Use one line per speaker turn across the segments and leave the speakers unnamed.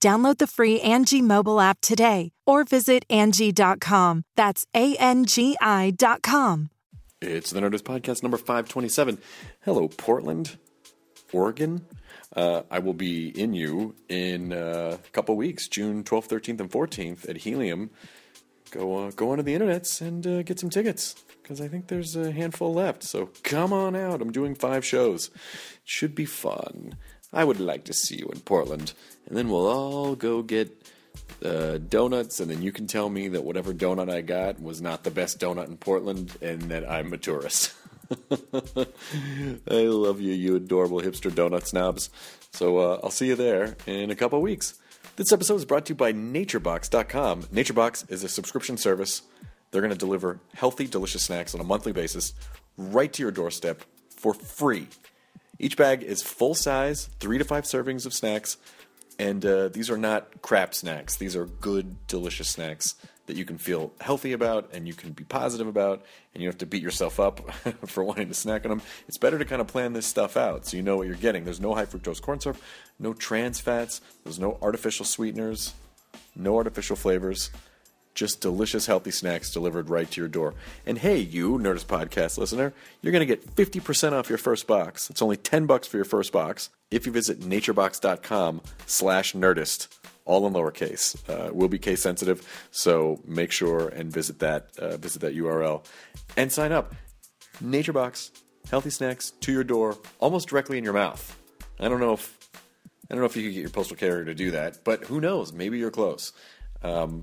Download the free Angie mobile app today or visit Angie.com. That's A N G I dot com.
It's the Nerdist Podcast number 527. Hello, Portland, Oregon. Uh, I will be in you in uh, a couple weeks, June 12th, 13th, and 14th at Helium. Go, uh, go onto the internets and uh, get some tickets because I think there's a handful left. So come on out. I'm doing five shows. It should be fun. I would like to see you in Portland. And then we'll all go get uh, donuts, and then you can tell me that whatever donut I got was not the best donut in Portland and that I'm a tourist. I love you, you adorable hipster donut snobs. So uh, I'll see you there in a couple weeks. This episode is brought to you by NatureBox.com. NatureBox is a subscription service. They're going to deliver healthy, delicious snacks on a monthly basis right to your doorstep for free. Each bag is full size, three to five servings of snacks, and uh, these are not crap snacks. These are good, delicious snacks that you can feel healthy about and you can be positive about, and you don't have to beat yourself up for wanting to snack on them. It's better to kind of plan this stuff out so you know what you're getting. There's no high fructose corn syrup, no trans fats, there's no artificial sweeteners, no artificial flavors just delicious, healthy snacks delivered right to your door. And hey, you Nerdist podcast listener, you're going to get 50% off your first box. It's only 10 bucks for your first box if you visit naturebox.com slash nerdist, all in lowercase. Uh, we'll be case sensitive, so make sure and visit that, uh, visit that URL and sign up. NatureBox, healthy snacks to your door, almost directly in your mouth. I don't know if I don't know if you could get your postal carrier to do that, but who knows? Maybe you're close. Um,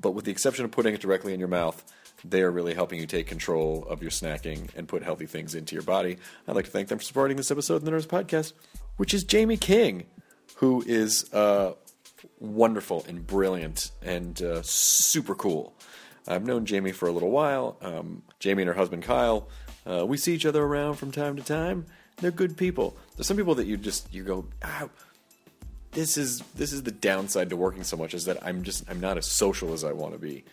but with the exception of putting it directly in your mouth, they are really helping you take control of your snacking and put healthy things into your body. I'd like to thank them for supporting this episode of the Nerds Podcast, which is Jamie King, who is uh, wonderful and brilliant and uh, super cool. I've known Jamie for a little while. Um, Jamie and her husband Kyle, uh, we see each other around from time to time. They're good people. There's some people that you just you go, ah, this is this is the downside to working so much is that I'm just I'm not as social as I want to be.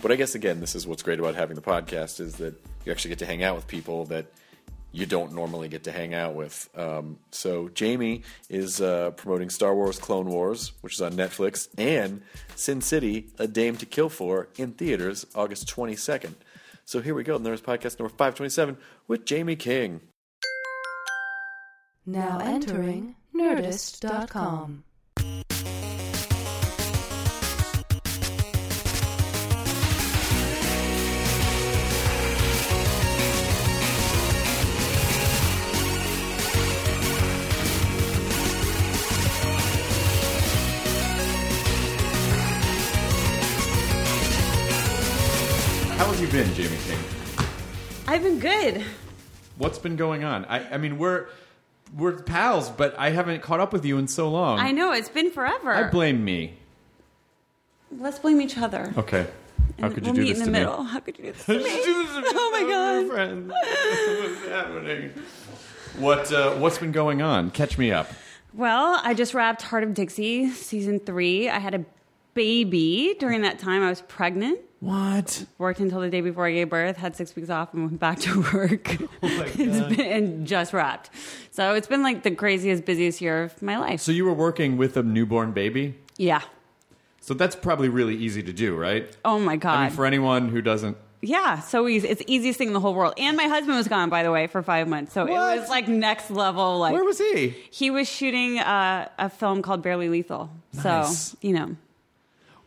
But I guess again, this is what's great about having the podcast is that you actually get to hang out with people that you don't normally get to hang out with. Um, so Jamie is uh, promoting Star Wars: Clone Wars, which is on Netflix, and Sin City: A Dame to Kill For in theaters August 22nd. So here we go. There's podcast number 527 with Jamie King.
Now entering Nerdist.com.
How have you been, Jamie King?
I've been good.
What's been going on? I, I mean, we're we're pals, but I haven't caught up with you in so long.
I know it's been forever.
I blame me.
Let's blame each other.
Okay. How could you
we'll
do
meet
this
in
to me?
the middle. How could you do this? To me?
oh
my God.
friend. What's happening? What uh, what's been going on? Catch me up.
Well, I just wrapped Heart of Dixie season three. I had a baby during that time. I was pregnant.
What?
Worked until the day before I gave birth. Had six weeks off and went back to work.
Oh my
It's
God.
been- and just wrapped. So it's been like the craziest, busiest year of my life.
So you were working with a newborn baby?
yeah.
So that's probably really easy to do, right?
Oh my god.
I mean, for anyone who doesn't
Yeah, so easy. It's the easiest thing in the whole world. And my husband was gone, by the way, for five months. So
What?
it was like next level. Like
Where was he?
He was shooting uh, a film called Barely Lethal.
Nice.
So you know,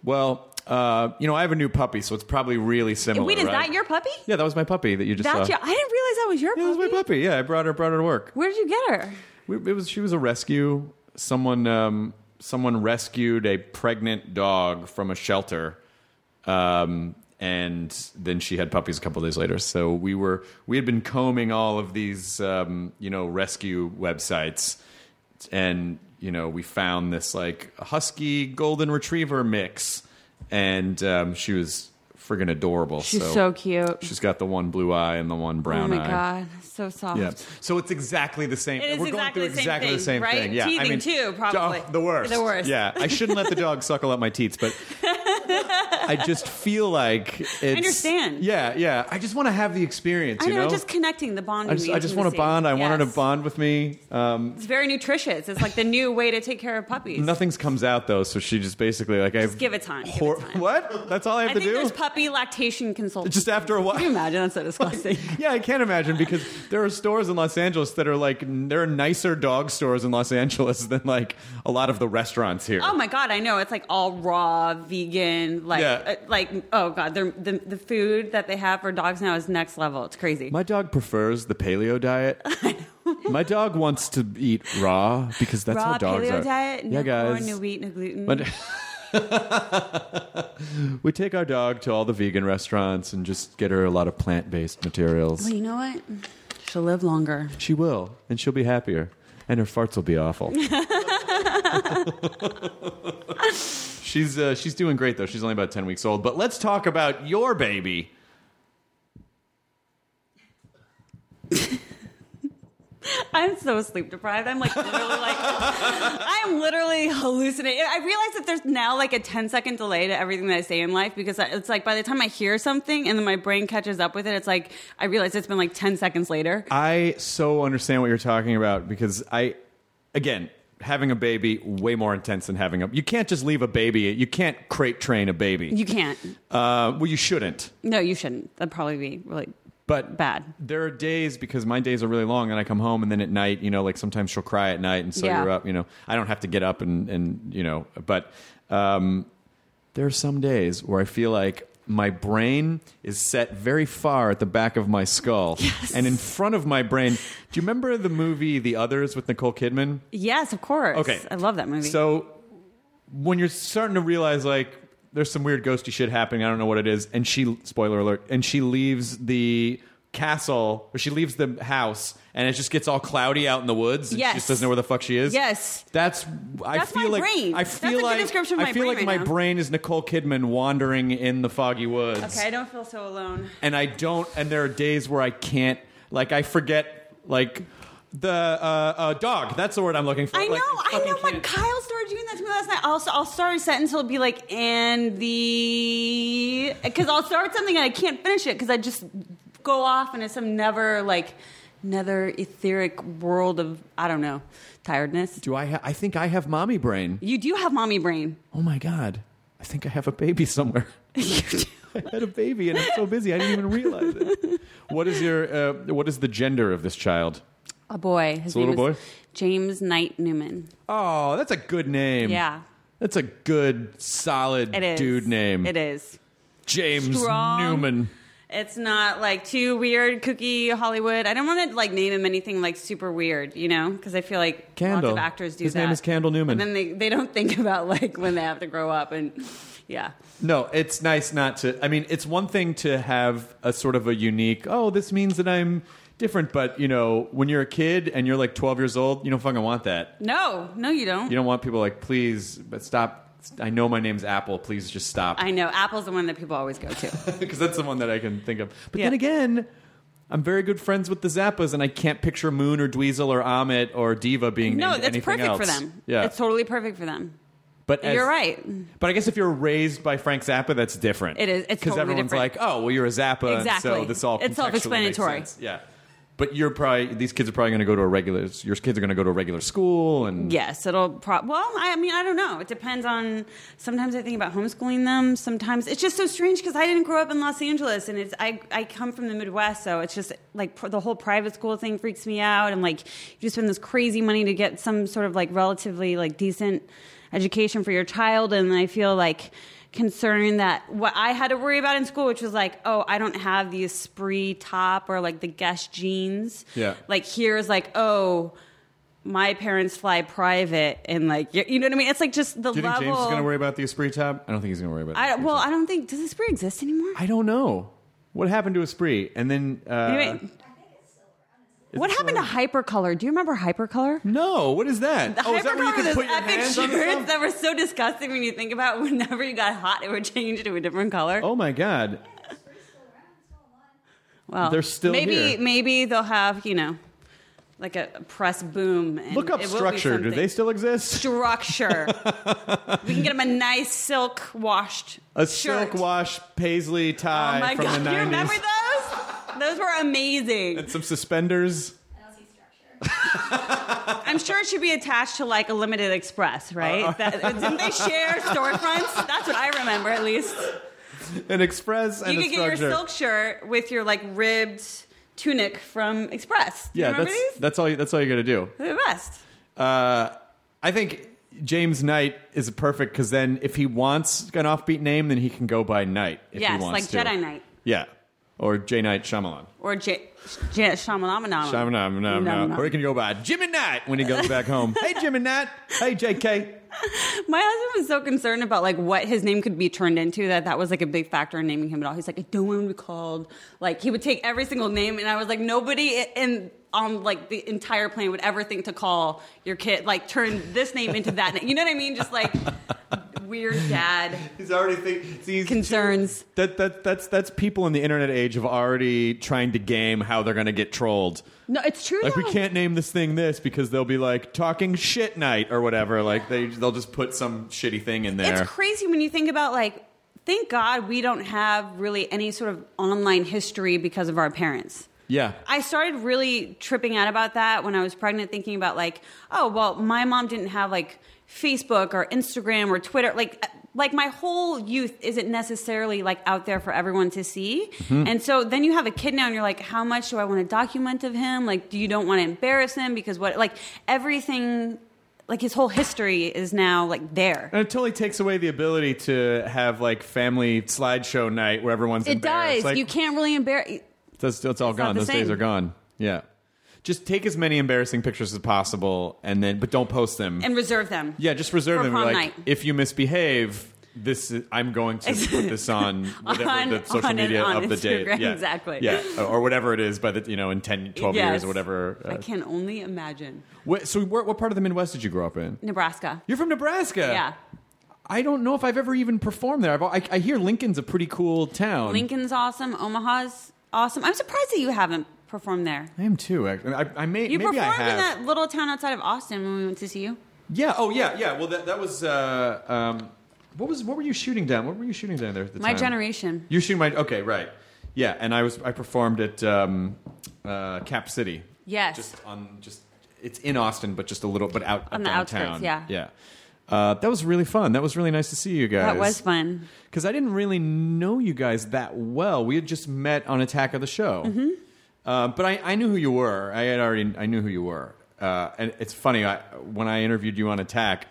Well, uh,
Uh, you know, I have a new puppy, so it's probably really similar.
Wait, is
right?
that your puppy?
Yeah, that was my puppy that you just
That's
saw.
your, I didn't realize that was your
yeah, that was my
puppy.
puppy. Yeah, I brought her brought her to work.
Where did you get her?
We, it was she was a rescue. Someone um, someone rescued a pregnant dog from a shelter, um, and then she had puppies a couple days later. So we were we had been combing all of these um, you know rescue websites, and you know we found this like husky golden retriever mix, and um, she was friggin' adorable.
She's so, cute.
She's got the one blue eye and the one
Oh
brown
my
eye.
god, so soft.
Yeah. So it's exactly the same.
It is
We're
exactly
going
the
through
same
exactly the
thing,
same
right?
thing. Yeah. I
Teething
mean,
too, probably.
oh, the worst.
The worst.
Yeah. I shouldn't let the dog suckle up my teats, but I just feel like it's. I
understand.
Yeah. Yeah. I just want to have the experience.
I
You
know, just connecting the bond.
I just, I just want to bond. I want her to bond with me. Um,
It's very nutritious. It's like the new way to take care of puppies.
nothing's comes out though, so she just basically like I
Just give it time, give it
Hor-
time.
What? That's all I have
I
to
think
do.
there's puppy lactation consultants.
just after a while.
Can you imagine? That's so disgusting.
Yeah, I can't imagine because there are stores in Los Angeles that are like there are nicer dog stores in Los Angeles than like a lot of the restaurants here.
Oh my god, I know it's like all raw vegan, like
Yeah.
uh, like oh god, they're- the the food that they have for dogs now is next level. It's crazy.
My dog prefers the paleo diet. my dog wants to eat raw because that's
raw
how dogs
paleo
are.
diet, no
yeah,
corn,
guys.
no wheat, no gluten.
But- we take our dog to all the vegan restaurants and just get her a lot of plant-based materials.
well, you know what? She'll live longer.
She will, and she'll be happier, and her farts will be awful. she's uh, she's doing great though. She's only about ten weeks old. But let's talk about your baby.
I'm so sleep deprived. I'm like literally like I'm literally hallucinating. I realize that there's now like a 10 second delay to everything that I say in life because I- it's like by the time I hear something and then my brain catches up with it, it's like I realize it's been like 10 seconds later.
I so understand what you're talking about because I, again, having a baby way more intense than having a. You can't just leave a baby. You can't crate train a baby.
You can't.
Uh, well, you shouldn't.
No, you shouldn't. That'd probably be really
But
bad.
there are days because my days are really long and I come home and then at night, you know, like sometimes she'll cry at night and so
Yeah.
you're up, you know. I don't have to get up and and you know, but um there are some days where I feel like my brain is set very far at the back of my skull. And in front of my brain, do you remember the movie The Others with Nicole Kidman?
Yes, of course.
Okay.
I love that movie.
So when you're starting to realize like there's some weird ghosty shit happening, I don't know what it is, and she spoiler alert, and she leaves the castle or she leaves the house and it just gets all cloudy out in the woods and
Yes.
she just doesn't know where the fuck she is.
Yes.
That's I
That's
feel
my
like
brain.
I
That's
feel
a good
like
description of
I
my
feel
brain
like
right
my
now.
brain is Nicole Kidman wandering in the foggy woods
okay, I don't feel so alone.
and I don't. And there are days where I can't. Like I forget. Like the uh, uh, dog. That's the word I'm looking for.
I know,
Like,
I know.
fucking
When
can't-
Kyle started doing that to me last night, I'll, I'll start a sentence. He'll be like, "And the," because I'll start something and I can't finish it because I just go off into some never like nether etheric world of I don't know tiredness.
Do I? Ha- I think I have mommy brain.
You do have mommy brain.
Oh my god! I think I have a baby somewhere. I had a baby and I'm so busy I didn't even realize it. What is your? Uh, what is the gender of this child?
A boy. His
a little
name is
boy?
James Knight Newman.
Oh, that's a good name.
Yeah,
that's a good, solid
it is.
dude name.
It is.
James
Strong.
Newman.
It's not like too weird, kooky Hollywood. I don't want to like name him anything like super weird, you know, because I feel like
Candle.
lots of actors do
His
that.
name is Candle Newman.
And then they, they don't think about like when they have to grow up and yeah.
No, it's nice not to. I mean, it's one thing to have a sort of a unique. Oh, this means that I'm different. But you know, when you're a kid and you're like 12 years old, you don't fucking want that.
No, no, you don't.
You don't want people like, please, but stop. I know my name's Apple. Please just stop,
I know. Apple's the one that people always go to.
because that's the one that I can think of. But
Yeah.
then again, I'm very good friends with the Zappas, and I can't picture Moon or Dweezil or Amit or Diva being
no,
named
that's
anything
perfect for
else.
them.
Yeah,
It's totally perfect for them.
but as-
You're right.
But I guess if you're raised by Frank Zappa, that's different.
It is. It's
because
totally
everyone's
different.
like, "Oh, well, you're a Zappa, and so
Exactly.
this all
It's
contextually
self-explanatory.
makes sense. Yeah, but you're probably these kids are probably going to go to a regular. Your kids are going to go to a regular school, and
Yes, it'll pro- well, I mean, I don't know. It depends on sometimes I think about homeschooling them, sometimes it's just so strange because I didn't grow up in Los Angeles and it's I I come from the Midwest, so it's just like pr- the whole private school thing freaks me out and like you just spend this crazy money to get some sort of like relatively like decent education for your child and I feel like concerning that what I had to worry about in school, which was like, oh, I don't have the Esprit top or like the Guess jeans.
Yeah.
Like here is like, oh, my parents fly private and like you you know what I mean. It's like just the
Do you think
level.
James is going to worry about the Esprit tab? I don't think he's going to worry about.
I,
the Uh, Esprit
well,
tab.
I don't think does Esprit exist anymore.
I don't know what happened to Esprit, and then uh,
Anyway, what happened to Hypercolor? Do you remember Hypercolor?
no, what is that?
The
oh, is that where you
Hypercolor
can
was
put
those
your
epic
hands on
shirts
stuff?
that were so disgusting when you think about. it. Whenever you got hot, it would change to a different color.
Oh my god!
well,
they're still
maybe
here.
maybe they'll have you know like a press boom. And
Look up
it will be
structure. Do
something.
they still exist?
structure? we can get them a nice silk washed
A
shirt.
silk wash paisley
Oh
tie
my
from
god!
the
You remember
nineties.
those? Those were amazing.
Some suspenders.
I'm sure it should be attached to like a limited
Uh-uh.
express, right? that, didn't they share storefronts? That's what I remember, at least.
an express and
you
a
could get your
structure.
silk shirt with your like ribbed tunic from Express. Do you
yeah,
remember
that's
these?
that's all. You, that's all you got to do.
They're the best.
Uh, I think James Knight is perfect because then if he wants an offbeat name, then he can go by Knight. If
yes,
he
like
wants to.
Jedi Knight
Yeah, or J Knight Shyamalan.
or J. J- Shamalamanama.
Shyamalan, nom,
Nom,
nom.
nom.
or he can go by Jim and Knight when he goes back home. hey, Jim and Knight. Hey, J.K.
My husband was so concerned about like what his name could be turned into that that was like a big factor in naming him at all. He's like, I don't want to be called. Like he would take every single name, and I was like, nobody i- in on like the entire plane would ever think to call your kid like turn this name into that. name. You know what I mean? Just like weird dad
He's already thinking.
concerns.
That, that that's that's people in the internet age of already trying to game how they're going to get trolled.
No, it's true.
Like we
though.
can't name this thing this because they'll be like talking shit night or whatever. Like they they'll just put some shitty thing in there.
It's crazy when you think about like. Thank God we don't have really any sort of online history because of our parents.
yeah.
I started really tripping out about that when I was pregnant, thinking about like, oh well, my mom didn't have like Facebook or Instagram or Twitter. Like, uh, like my whole youth isn't necessarily like out there for everyone to see.
Mm-hmm.
And so then you have a kid now, and you're like, how much do I want to document of him? Like, do you don't want to embarrass him because what? Like everything, like his whole history is now like there.
and it totally takes away the ability to have like family slideshow night where everyone's
It
embarrassed.
does.
Like,
you can't really embarrass.
That's, that's all
not
gone.
the
Those days
same.
are gone. Yeah. Just take as many embarrassing pictures as possible, and then but don't post them.
And reserve them.
yeah, just reserve
for
them.
prom
like
night.
if you misbehave, this is, I'm going to put this on whatever
On-
the social
on and
media
on
of the date.
Instagram,
Yeah.
exactly.
Yeah, or, or whatever it is by the you know in 10, 12 years
Yes.
or whatever.
I
uh,
can only imagine.
Wait, so, what, what part of the Midwest did you grow up in?
Nebraska.
You're from Nebraska.
yeah.
I don't know if I've ever even performed there. I've, I, I hear Lincoln's a pretty cool town.
Lincoln's awesome. Omaha's awesome. I'm surprised that you haven't performed there.
I am too. Actually, I, I may.
You
maybe I
performed in
have.
that little town outside of Austin when we went to see you.
Yeah. Oh, yeah. Yeah. Well, that that was. Uh, um, what was what were you shooting down? What were you shooting down there at the
My
time?
Generation.
You shooting my okay, right? Yeah, and I was I performed at um, uh, Cap City.
Yes.
Just on just it's in Austin, but just a little but out
On
up
the
downtown.
outskirts, yeah.
Yeah. Uh, that was really fun. That was really nice to see you guys.
That was fun.
because I didn't really know you guys that well. We had just met on Attack of the Show,
Mm-hmm.
uh, but I, I knew who you were. I had already I knew who you were, uh, and it's funny. I, when I interviewed you on Attack,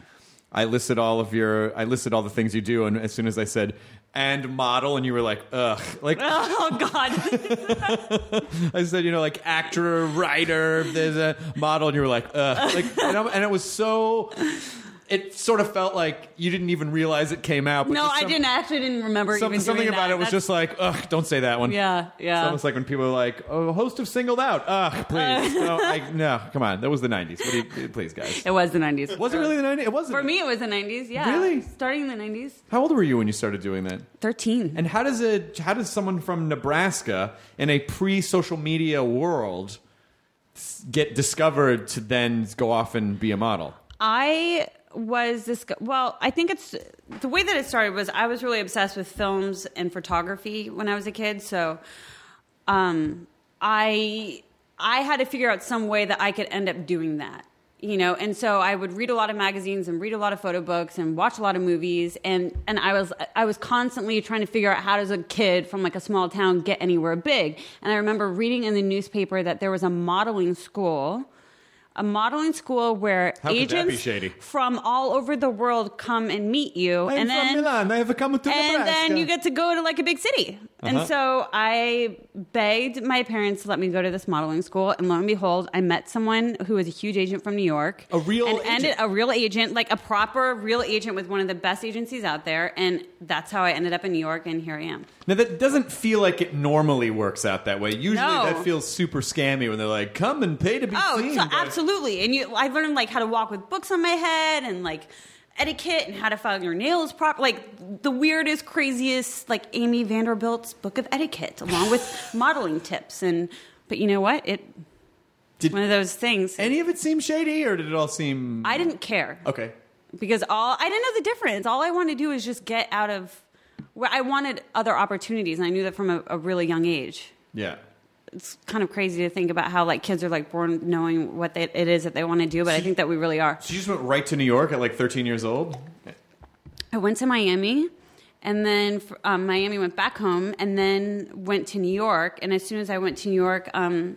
I listed all of your I listed all the things you do, and as soon as I said and model, and you were like, ugh, like
Oh God!
I said, you know, like actor, writer, there's a model, and you were like, ugh, like, and, I, and it was so. It sort of felt like you didn't even realize it came out. But
no,
just
I
some-
didn't. Actually, didn't remember
Something,
even
something
doing
about
that.
it was
That's-
just like, ugh, don't say that one.
yeah,
It's
yeah.
almost like when people are like, oh, host of Singled Out.
Uh.
Ugh, please. no, I, no, come on. That was the 90s. What do you, please, guys.
it was the '90s.
Was it really the 90s? It wasn't.
For me, it was the '90s. Yeah,
Really?
Starting in the '90s.
How old were you when you started doing that?
Thirteen.
And how does it? How does someone from Nebraska in a pre-social media world s- get discovered to then go off and be a model?
I was this well i think it's the way that it started was i was really obsessed with films and photography when i was a kid so um, i i had to figure out some way that i could end up doing that you know and so i would read a lot of magazines and read a lot of photo books and watch a lot of movies and and i was i was constantly trying to figure out how does a kid from like a small town get anywhere big and i remember reading in the newspaper that there was a modeling school a modeling school where
How could that be
agents
shady?
from all over the world come and meet you, and then
I have come to Uh-huh.
and then you get to go to like a big city. And so I begged my parents to let me go to this modeling school, and lo and behold, I met someone who was a huge agent from New York,
A real
and
agent.
ended a real agent, like a proper real agent with one of the best agencies out there, and that's how I ended up in New York, and here I am.
Now that doesn't feel like it normally works out that way. Usually
No.
that feels super scammy when they're like, "Come and pay to be
Oh,
seen."
so
by-"
absolutely. And you, I learned like how to walk with books on my head and like etiquette and how to file your nails proper. Like the weirdest, craziest, like Amy Vanderbilt's book of etiquette, along with modeling tips. And but you know what? It
Did-
one of those things.
Any of it seem shady, or did it all seem
I didn't care
okay?
because all I didn't know the difference. All I wanted to do is just get out of where I wanted other opportunities, and I knew that from a, a really young age.
Yeah.
It's kind of crazy to think about how like kids are like born knowing what they, it is that they want to do, but I think that we really are.
So you just went right to New York at like 13 years old.
I went to Miami, and then fr- um, Miami went back home, and then went to New York. And as soon as I went to New York, um,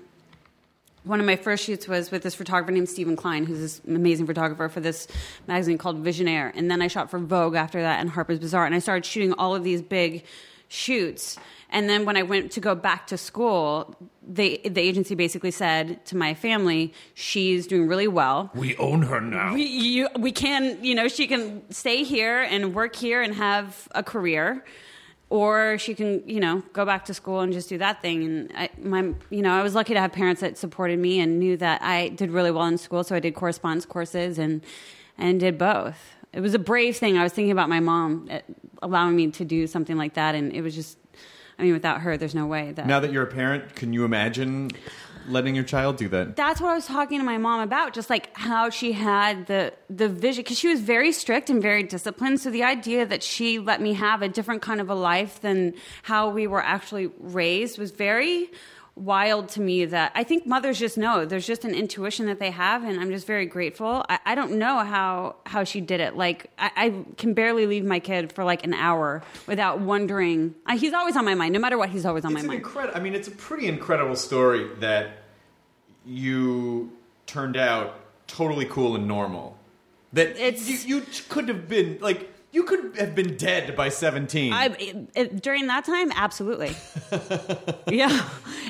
one of my first shoots was with this photographer named Stephen Klein, who's this amazing photographer for this magazine called Visionaire. And then I shot for Vogue after that and Harper's Bazaar. And I started shooting all of these big shoots. And then when I went to go back to school, they, the agency basically said to my family, she's doing really well
We own her now.
we, you, we can, you know, she can stay here and work here and have a career, or she can, you know, go back to school and just do that thing. And I, my, you know, I was lucky to have parents that supported me and knew that I did really well in school, so I did correspondence courses and and did both. It was a brave thing. I was thinking about my mom uh, allowing me to do something like that, and it was just, I mean, without her, there's no way that.
now that you're a parent, can you imagine letting your child do that?
that's what I was talking to my mom about, just like how she had the the vision, because she was very strict and very disciplined. So the idea that she let me have a different kind of a life than how we were actually raised was very wild to me. That I think mothers just know. There's just an intuition that they have, and I'm just very grateful. I, I don't know how how she did it. Like I, I can barely leave my kid for like an hour without wondering. I, he's always on my mind, no matter what. He's always on
it's
my
an
mind.
incredible. I mean, it's a pretty incredible story that you turned out totally cool and normal. That
It's-
you, you could have been like you could have been dead by seventeen.
I, it, it- during that time, absolutely. yeah.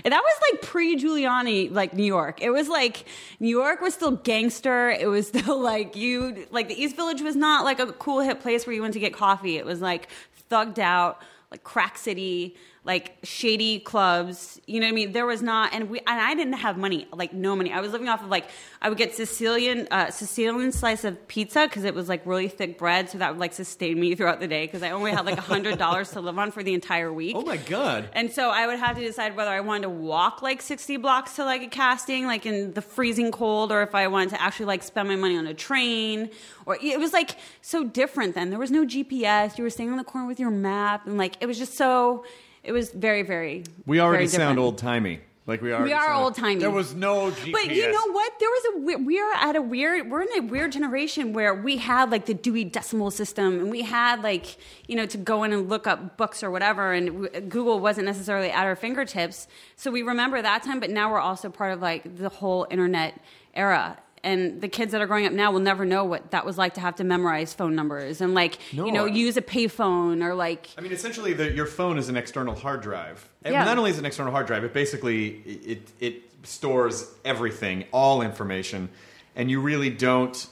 And that was like pre Giuliani, like New York. It was like New York was still gangster. It was still like you, like the East Village was not like a cool hip place where you went to get coffee. It was like thugged out, like crack city, like shady clubs. You know what I mean? There was not, and we, and I didn't have money, like no money. I was living off of like, I would get Sicilian, uh, Sicilian slice of pizza because it was like really thick bread. So that would like sustain me throughout the day because I only had like a hundred dollars to live on for the entire week.
oh my god!
And so I would have to decide whether I wanted to walk like 60 blocks to like a casting, like in the freezing cold, or if I wanted to actually like spend my money on a train. Or it was like so different then. There was no GPS. You were staying on the corner with your map. And like it was just so, it was very, very.
we
very
already sound
different.
old timey. Like we are.
We are old timey.
There was no GPS.
But you know what? There was a we- we are at a weird we're in a weird generation where we had like the Dewey Decimal System, and we had like you know to go in and look up books or whatever, and w- Google wasn't necessarily at our fingertips. So we remember that time, but now we're also part of like the whole internet era. And the kids that are growing up now will never know what that was like to have to memorize phone numbers and like
No,
you know
I-
use a payphone or like
I mean, essentially, the, your phone is an external hard drive. And
Yeah.
Not only is it an external hard drive, it basically it it stores everything, all information, and you really don't.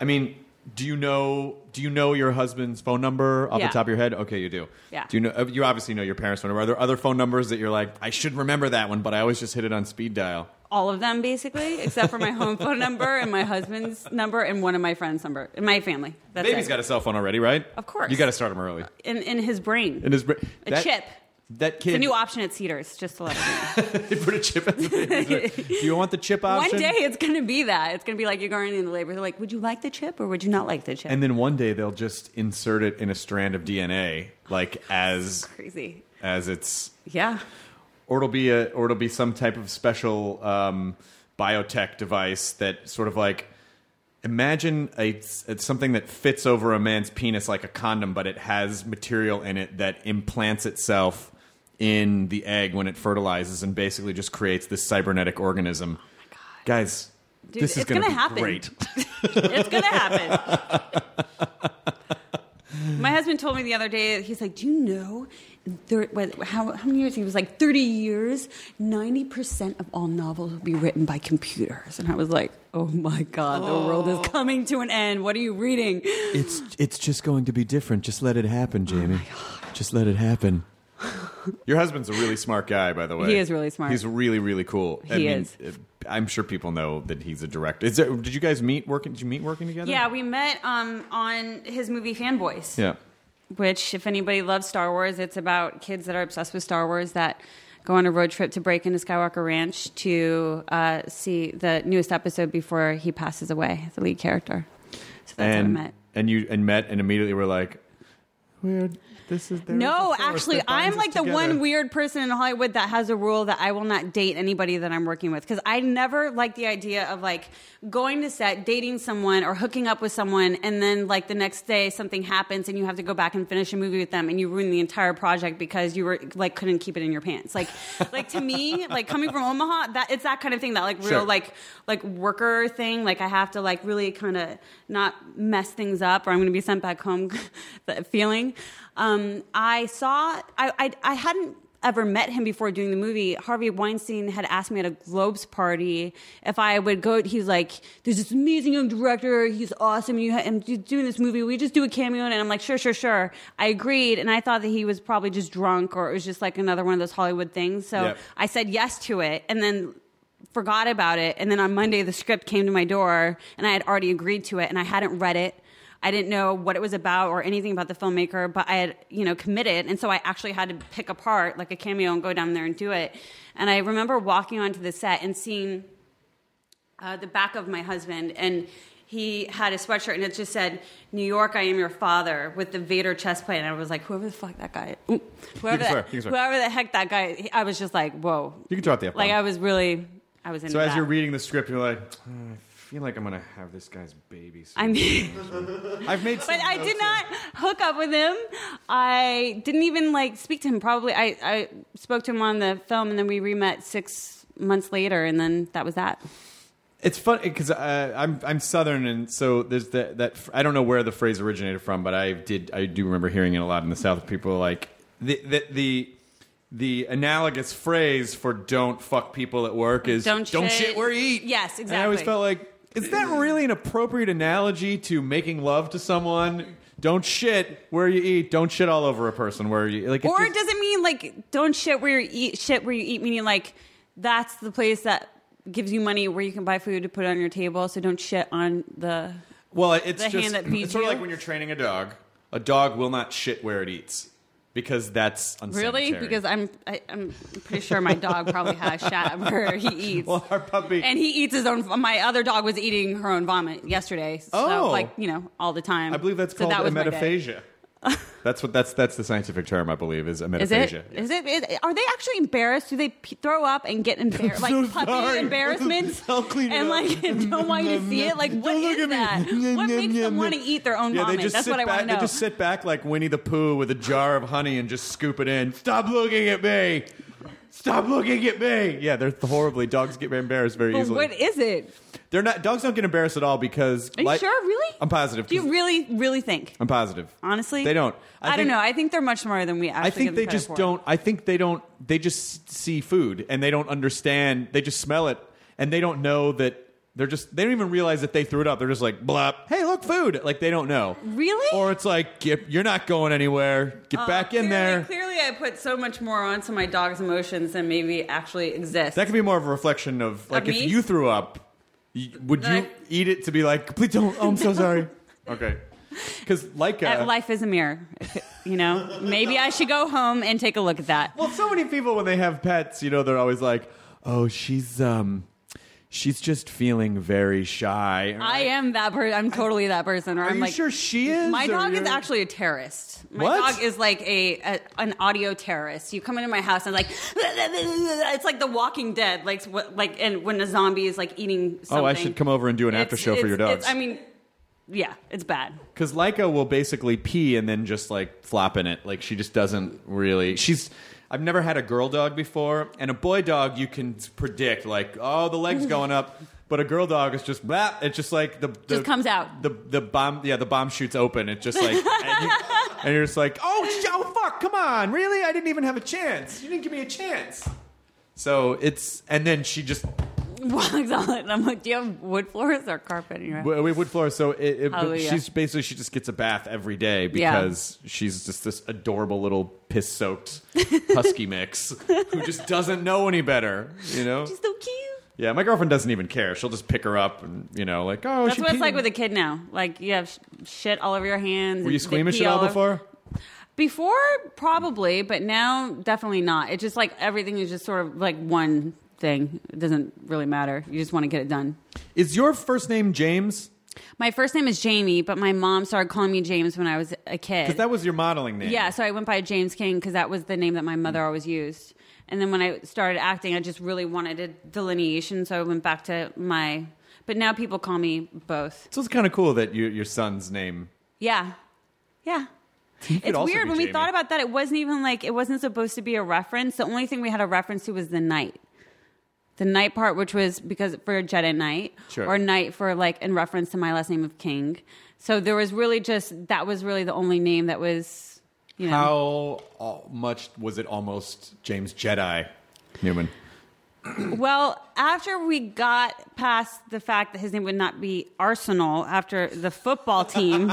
I mean, do you know? Do you know your husband's phone number off
Yeah.
the top of your head? Okay, you do.
Yeah.
Do you know? uh, You obviously know your parents' phone number. Are there other phone numbers that you're like, I should remember that one, but I always just hit it on speed dial?
all of them basically, except for my home phone number and my husband's number and one of my friends' number and my family. That's
Baby's
it.
got a cell phone already, right?
Of course.
You got to start him early.
in, in his brain.
And his br-
a chip.
That kid.
It's a new option at Cedars, just to let you know.
they put a chip in the baby's brain. Do you want the chip
One
option?
day it's going to be that. It's going to be like you're going into labor. They're like, would you like the chip or would you not like the chip?
And then one day they'll just insert it in a strand of DNA, like as
Crazy.
as it's,
Yeah.
or it'll be a, or it'll be some type of special um, biotech device that sort of like imagine a it's something that fits over a man's penis like a condom, but it has material in it that implants itself in the egg when it fertilizes and basically just creates this cybernetic organism. Guys,
Oh Dude,
this is
it's gonna,
going to be
happen.
great.
It's gonna happen. My husband told me the other day. He's like, "Do you know in thir- what, how how many years?" He was like, "30 years. 90 percent of all novels will be written by computers." And I was like, "Oh my god, the world is coming to an end. What are you reading?"
It's it's just going to be different. Just let it
Oh
happen, Jamie. Just let it happen. Your husband's a really smart guy, by the way.
He is really smart.
He's really, really cool. I
He
mean,
is.
if- I'm sure people know that he's a director. Is there, did you guys meet working? Did you meet working together?
Yeah, we met um, on his movie Fanboys.
Yeah.
which if anybody loves Star Wars, it's about kids that are obsessed with Star Wars that go on a road trip to break into Skywalker Ranch to uh, see the newest episode before he passes away, the lead character. So that's
and
what I meant.
and you and met and immediately were like, weird. This is there is a
No,
force
actually,
that binds
I'm
us
like the
together."
one weird person in Hollywood that has a rule that I will not date anybody that I'm working with because I never like the idea of like going to set, dating someone, or hooking up with someone, and then like the next day something happens and you have to go back and finish a movie with them, and you ruin the entire project because you were like couldn't keep it in your pants. Like, like to me, like coming from Omaha, that it's that kind of thing that like real
Sure.
like like worker thing. Like I have to like really kind of not mess things up, or I'm going to be sent back home. that feeling. Um, I saw. I, I I hadn't ever met him before doing the movie. Harvey Weinstein had asked me at a Globes party if I would go. He's like, "There's this amazing young director. He's awesome. You ha- and you're doing this movie. We just do a cameo." in it?" And I'm like, "Sure, sure, sure." I agreed, and I thought that he was probably just drunk, or it was just like another one of those Hollywood things. So
Yep.
I said yes to it, and then forgot about it. And then on Monday, the script came to my door, and I had already agreed to it, and I hadn't read it. I didn't know what it was about or anything about the filmmaker, but I had, you know, committed. And so I actually had to pick apart like a cameo and go down there and do it. And I remember walking onto the set and seeing uh, the back of my husband, and he had a sweatshirt, and it just said, "New York, I am your father," with the Vader chest plate. And I was like, "Whoever the fuck that guy, ooh, whoever,
can swear,
that,
you can swear.
whoever the heck that guy," he- I was just like, "Whoa!"
You can drop the F-bomb.
Like I was really, I was into
Oh. So as
that.
you're reading the script, you're like, "Hmm, I feel like I'm gonna have this guy's baby. Soon.
I mean.
I've made. Some
But I
notes
did
of-
not hook up with him. I didn't even like speak to him. Probably I, I spoke to him on the film, and then we re-met six months later, and then that was that.
It's fun because uh, I'm I'm Southern, and so there's that that I don't know where the phrase originated from, but I did I do remember hearing it a lot in the South. People are like the the. the the analogous phrase for "don't fuck people at work" is
Don't shit-
shit where you eat."
Yes,
And I always
exactly.
felt like, is that really an appropriate analogy to making love to someone? Don't shit where you eat. Don't shit all over a person where you like. it
Or
just-
does it mean like don't shit where you eat shit where you eat? Meaning like that's the place that gives you money where you can buy food to put on your table. So don't shit on the.
Well, it's
The
just
hand that feeds
it's sort of
you?
like when you're training a dog. A dog will not shit where it eats because that's unsanitary.
Really? Because I'm I, I'm pretty sure my dog probably has shat where he eats.
well, our puppy.
and he eats his own. My other dog was eating her own vomit yesterday. So,
Oh.
like you know, all the time.
I believe that's
so
called
that was my day.
emetophagia. that's what that's that's the scientific term I believe is emetophagia.
Is it? Is it? Is, are they actually embarrassed? Do they p- throw up and get embarrassed, like
so
puppy
sorry.
embarrassment,
I'll clean it
and
up.
like don't want you to see it? Like what
Don't
is
look
that?
at me. Nom,
What
nom,
makes them
nom,
want to
nom.
eat their own
yeah,
vomit?
They just
That's
sit
what I
back,
want to know.
They just sit back like Winnie the Pooh with a jar of honey and just scoop it in. Stop looking at me. Stop looking at me. Yeah, they're horribly dogs get embarrassed very
but
easily.
what is it?
They're not dogs don't get embarrassed at all because
Are you
like-
sure? Really?
I'm positive.
Do you
'cause-
really, really think?
I'm positive.
Honestly,
they don't.
I,
think-
don't know. I think they're much smarter than we. Actually
I think
give them
they
credit
just
for.
don't. I think they don't. They just see food and they don't understand. They just smell it and they don't know that they're just. They don't even realize that they threw it up. They're just like blop. Hey, look, food. Like they don't know.
Really? Uh,
Or it's like "Get- you're not going anywhere. Get back
clearly,
in there.
Clearly, I put so much more onto my dog's emotions than maybe actually exists.
That could be more of a reflection of like if
me?
you threw up, y- would
Then
you
I-
eat it to be like, please don't. Oh, I'm so sorry. okay. Because like
Uh,
uh,
life is a mirror. You know, maybe I should go home and take a look at that.
Well, so many people when they have pets, you know, they're always like, "Oh, she's um, she's just feeling very shy."
I am that person. I'm totally that person. Or
Are
I'm
you
like,
sure she is?
My
or
dog is
you're-
actually a terrorist. My
What?
dog is like a, a an audio terrorist. You come into my house and like, it's like The Walking Dead. Like what? Like and when a zombie is like eating. something.
Oh, I should come over and do an after
It's-
show for
it's-
your
it's-
dogs.
I mean, yeah, it's bad.
because Leica will basically pee and then just like flop in it. Like she just doesn't really. She's. I've never had a girl dog before, and a boy dog you can predict like, oh, the leg's going up, but a girl dog is just blah. It's just like the, the
Just comes out.
the the bomb yeah the bomb shoots open. It's just like and, you, and you're just like oh sh- oh fuck come on really I didn't even have a chance you didn't give me a chance. So it's and then she just
Walks on it. I'm like, do you have wood floors or carpet in your house?
We, we wood floor. So it, it, but
Hallelujah.
she's basically she just gets a bath every day because she's just this adorable little piss soaked husky mix who just doesn't know any better. You know?
She's so cute.
yeah, my girlfriend doesn't even care. She'll just pick her up and you know like oh
That's
she
what it's
peed.
like with a kid now. Like you have sh- shit all over your hands.
Were you squeamish at all before?
Before, probably, but now definitely not. It's just like everything is just sort of like one thing. It doesn't really matter. You just want to get it done.
Is your first name James?
My first name is Jamie, but my mom started calling me James when I was a kid.
Because that was your modeling name.
yeah, so I went by James King because that was the name that my mother always used. And then when I started acting, I just really wanted a delineation, so I went back to my. But now people call me both.
So it's kind of cool that you, your son's name.
Yeah, yeah.
could
It's
also
weird
be
when we
Jamie.
thought about that. It wasn't even like it wasn't supposed to be a reference. The only thing we had a reference to was the night, the night part, which was because for Jedi Knight
Sure.
or Knight for like in reference to my last name of King. So there was really just that was really the only name that was you know
How uh, much was it almost James Jedi Newman?
Well, after we got past the fact that his name would not be Arsenal after the football team,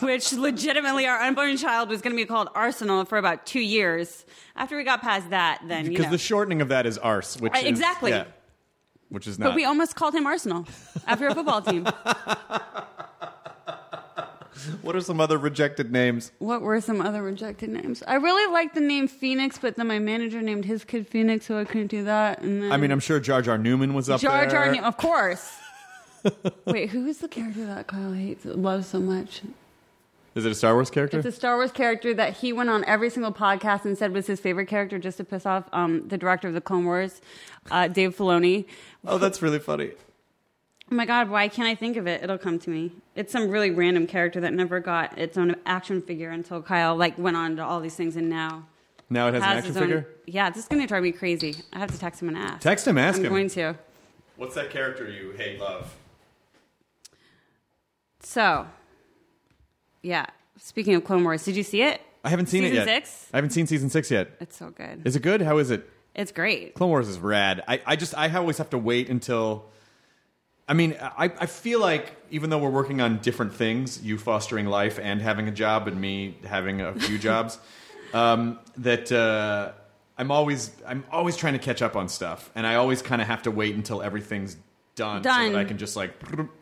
which legitimately our unborn child was going to be called Arsenal for about two years. After we got past that, then you
Because
know,
the shortening of that is arse, which
Right,
is-
exactly.
yeah. which is not.
but we almost called him Arsenal after a football team.
What are some other rejected names?
What were some other rejected names? I really liked the name Phoenix, but then my manager named his kid Phoenix, so I couldn't do that. And then
I mean, I'm sure Jar Jar Newman was up
Jar
there.
Jar, New- of course. Wait, who is the character that Kyle hates, loves so much?
Is it a Star Wars character?
It's a Star Wars character that he went on every single podcast and said was his favorite character just to piss off um, the director of the Clone Wars, uh, Dave Filoni.
oh, that's really funny.
Oh my God, why can't I think of it? It'll come to me. It's some really random character that never got its own action figure until Kyle like went on to all these things and now
Now it has, an action
his own.
figure.
Yeah, this is gonna drive me crazy. I have to text him and ask.
Text him, ask
I'm
him.
going to.
What's that character you hate, love?
So, yeah. Speaking of Clone Wars, did you see it?
I haven't seen
Season
it yet.
six?
I haven't seen season six yet.
It's so good.
Is it good? How is it?
it's great.
Clone Wars is rad. I, I just I always have to wait until. I mean, I, I feel like even though we're working on different things, you fostering life and having a job, and me having a few jobs, um, that uh, I'm always I'm always trying to catch up on stuff, and I always kind of have to wait until everything's done, so
Done.
that I can just like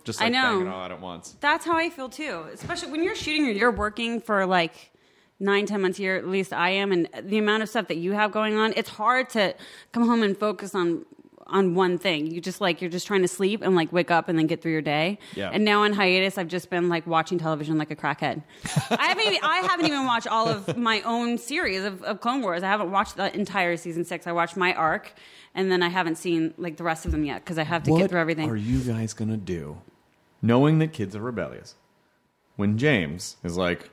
just
I
like bang
know.
it all out at once.
That's how I feel too. Especially when you're shooting, or you're working for like nine, ten months a year. At least I am, and the amount of stuff that you have going on, it's hard to come home and focus on on one thing. You just like you're just trying to sleep and like wake up and then get through your day.
Yeah.
And now on hiatus, I've just been like watching television like a crackhead. I haven't even, I haven't even watched all of my own series of, of Clone Wars. I haven't watched the entire season six. I watched my arc, and then I haven't seen like the rest of them yet because I have to
what
get through everything.
are you guys gonna do, knowing that kids are rebellious? When James is like,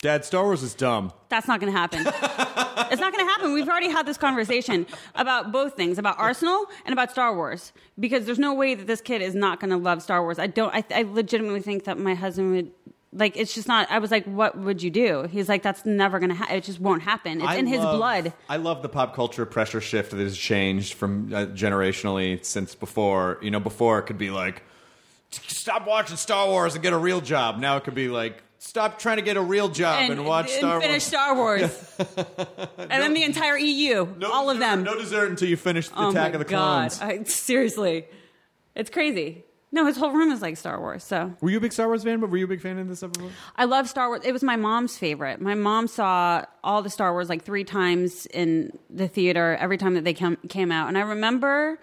"Dad, Star Wars is dumb."
That's not going to happen. it's not going to happen. We've already had this conversation about both things, about Arsenal and about Star Wars, because there's no way that this kid is not going to love Star Wars. I don't. I, I legitimately think that my husband would. Like it's just not. I was like, "What would you do?" He's like, "That's never gonna. Ha- it just won't happen. It's
I
in his
love-
blood."
I love the pop culture pressure shift that has changed from uh, generationally since before. You know, before it could be like, stop watching Star Wars and get a real job. Now it could be like, stop trying to get a real job and, watch
and
Star
finish
Wars.
Star Wars, and then the entire EU,
No
all of
dessert-
them.
No dessert until you finish the
Oh
Attack
my
of the
God.
Clones.
I, seriously, it's crazy. No, his whole room is like Star Wars. So
Were you a big Star Wars fan? But were you a big fan of this episode?
I love Star Wars. It was my mom's favorite. My mom saw all the Star Wars like three times in the theater every time that they came came out, and I remember,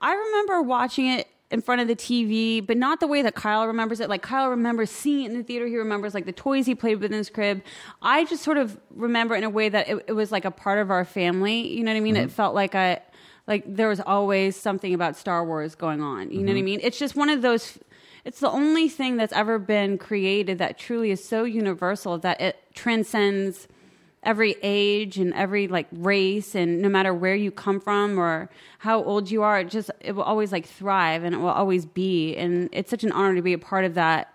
I remember watching it in front of the TV, but not the way that Kyle remembers it. Like Kyle remembers seeing it in the theater. He remembers like the toys he played with in his crib. I just sort of remember it in a way that it, it was like a part of our family. You know what I mean? It felt like a like there was always something about Star Wars going on. You know what I mean? It's just one of those. It's the only thing that's ever been created that truly is so universal that it transcends every age and every like race and no matter where you come from or how old you are it just it will always like thrive and it will always be and it's such an honor to be a part of that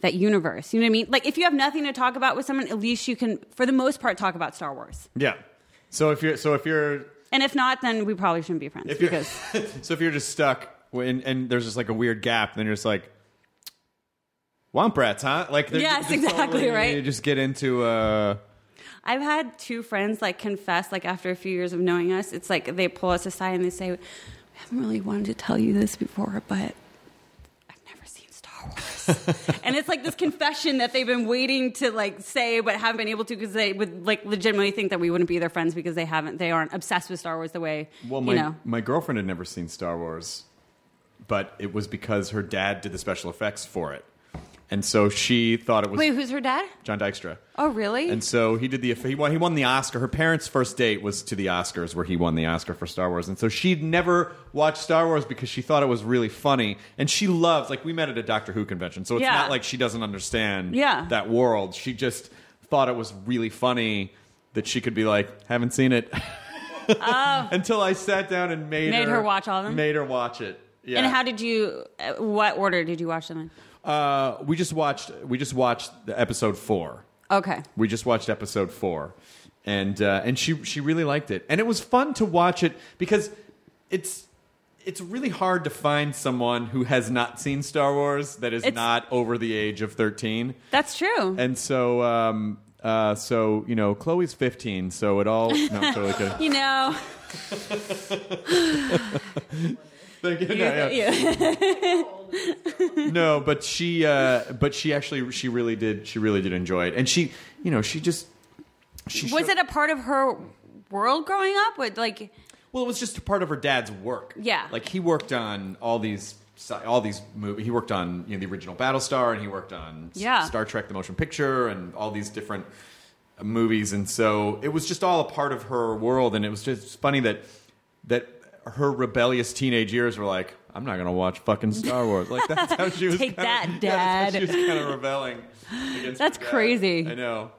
that universe you know what i mean like if you have nothing to talk about with someone at least you can for the most part talk about star wars
Yeah. So if you're so if you're
and if not then we probably shouldn't be friends
if you're
because
so if you're just stuck and, and there's just like a weird gap, then you're just like Womp rats, huh? Like they're
Yes,
just
exactly,
totally-
right.
You just get into uh
I've had two friends like confess, like after a few years of knowing us, it's like they pull us aside and they say, "We haven't really wanted to tell you this before, but I've never seen Star Wars," and it's like this confession that they've been waiting to like say, but haven't been able to because they would like legitimately think that we wouldn't be their friends because they haven't, they aren't obsessed with Star Wars the way
well my
you know.
my girlfriend had never seen Star Wars, but it was because her dad did the special effects for it. And so she thought it was
Wait, who's her dad?
John Dykstra.
Oh, really?
And so he did the he won, he won the Oscar. Her parents' first date was to the Oscars, where he won the Oscar for Star Wars. And so she'd never watched Star Wars because she thought it was really funny, and she loves like we met at a Doctor Who convention, so it's
Yeah.
not like she doesn't understand
Yeah.
that world. She just thought it was really funny that she could be like, haven't seen it until I sat down and made,
Oh. Made her watch all of them?
made her watch it. Yeah.
And how did you? uh, What order did you watch them in?
uh, we just watched we just watched the episode four.
Okay.
We just watched episode four, and uh, and she she really liked it, and it was fun to watch it because it's it's really hard to find someone who has not seen Star Wars that is
It's-
not over the age of thirteen,
That's true.
and so um uh so you know Chloe's fifteen, so it all no I'm totally kidding.
you know,
Thank you. No, yeah. No, but she uh but she actually she really did she really did enjoy it, and she you know she just. She
was
showed-
it a part of her world growing up? Would like
Well, it was just a part of her dad's work.
Yeah.
like he worked on all these all these movies. He worked on you know, the original Battlestar, and he worked on S-
Yeah.
Star Trek: The Motion Picture, and all these different uh, movies. And so it was just all a part of her world. And it was just funny that that her rebellious teenage years were like, "I'm not gonna watch fucking Star Wars." Like that's how she was.
Take
kinda,
that,
yeah,
Dad.
that's how she was kind of rebelling. against
That's
her dad.
crazy.
I know.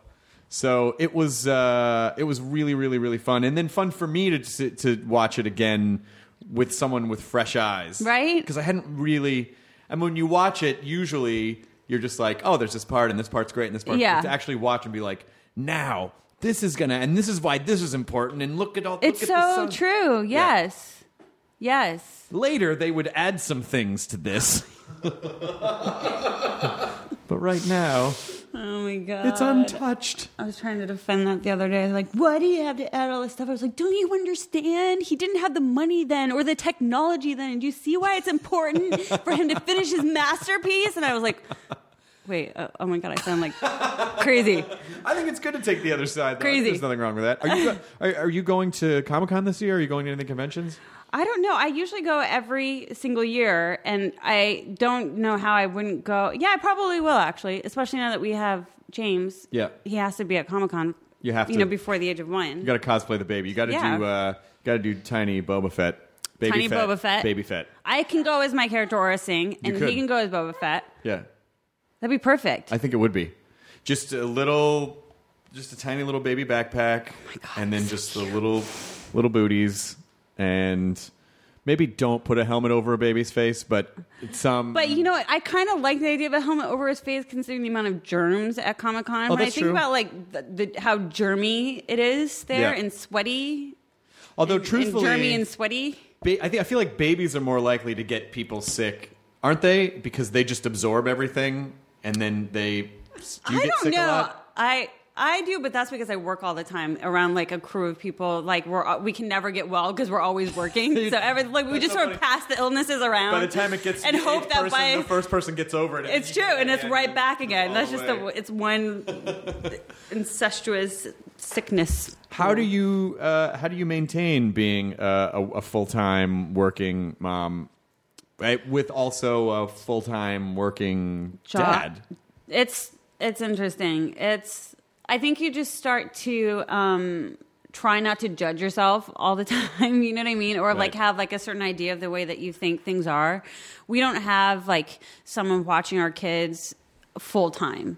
So it was uh, it was really really really fun, and then fun for me to to, to watch it again with someone with fresh eyes,
Right?
Because I hadn't really. And when you watch it, usually you're just like, oh, there's this part, and this part's great, and this part.
Yeah.
But To actually watch and be like, now this is gonna, and this is why this is important, and look at all.
It's
look at
so
this song.
true.
Yeah.
Yes. Yes.
Later they would add some things to this, but right now
Oh my god.
it's untouched.
I was trying to defend that the other day. Like, why do you have to add all this stuff? I was like, don't you understand? He didn't have the money then or the technology then. Do you see why it's important for him to finish his masterpiece? And I was like, wait, uh, oh my god, I sound like crazy.
I think it's good to take the other side. Though.
Crazy.
There's nothing wrong with that. Are you, go- are, are you going to Comic Con this year? Are you going to any conventions?
I don't know. I usually go every single year, and I don't know how I wouldn't go. Yeah, I probably will actually, especially now that we have James.
Yeah.
he has to be at Comic Con.
You have
you know,
to.
before the age of one.
You got to cosplay the baby. You got to
Yeah.
do. Uh, got to do tiny Boba Fett. Baby
Tiny
Fett.
Boba Fett.
Baby Fett.
I can go as my character Aura Singh, and
could.
he can go as Boba Fett.
Yeah,
That'd be perfect.
I think it would be just a little, just a tiny little baby backpack,
Oh
and then just the little, little booties, and maybe don't put a helmet over a baby's face, but some.
but you know what? I kind of like the idea of a helmet over his face, considering the amount of germs at Comic Con.
Oh,
when I
that's
think
true.
about like the, the, how germy it is there
Yeah.
and sweaty,
although
and
truthfully,
germy and sweaty.
Ba- I think I feel like babies are more likely to get people sick, aren't they? Because they just absorb everything, and then they. Do
I
you get
don't
sick
know.
a lot?
I I do, but that's because I work all the time around like a crew of people. Like we're uh, we can never get well because we're always working. so every like we just
so
sort of
funny.
pass the illnesses around.
By the time it gets,
and
to the
hope
eighth
that
person,
by
the first person gets over it,
it's
you
true,
get
and it's
back
right
to-
back again.
all
That's
the
just a
way.
it's one incestuous sickness.
How do you uh, how do you maintain being uh, a, a full time working mom, right, with also a full time working
Job.
dad?
It's it's interesting. It's I think you just start to um try not to judge yourself all the time, you know what I mean? Or like
Right.
have like a certain idea of the way that you think things are. We don't have like someone watching our kids full time.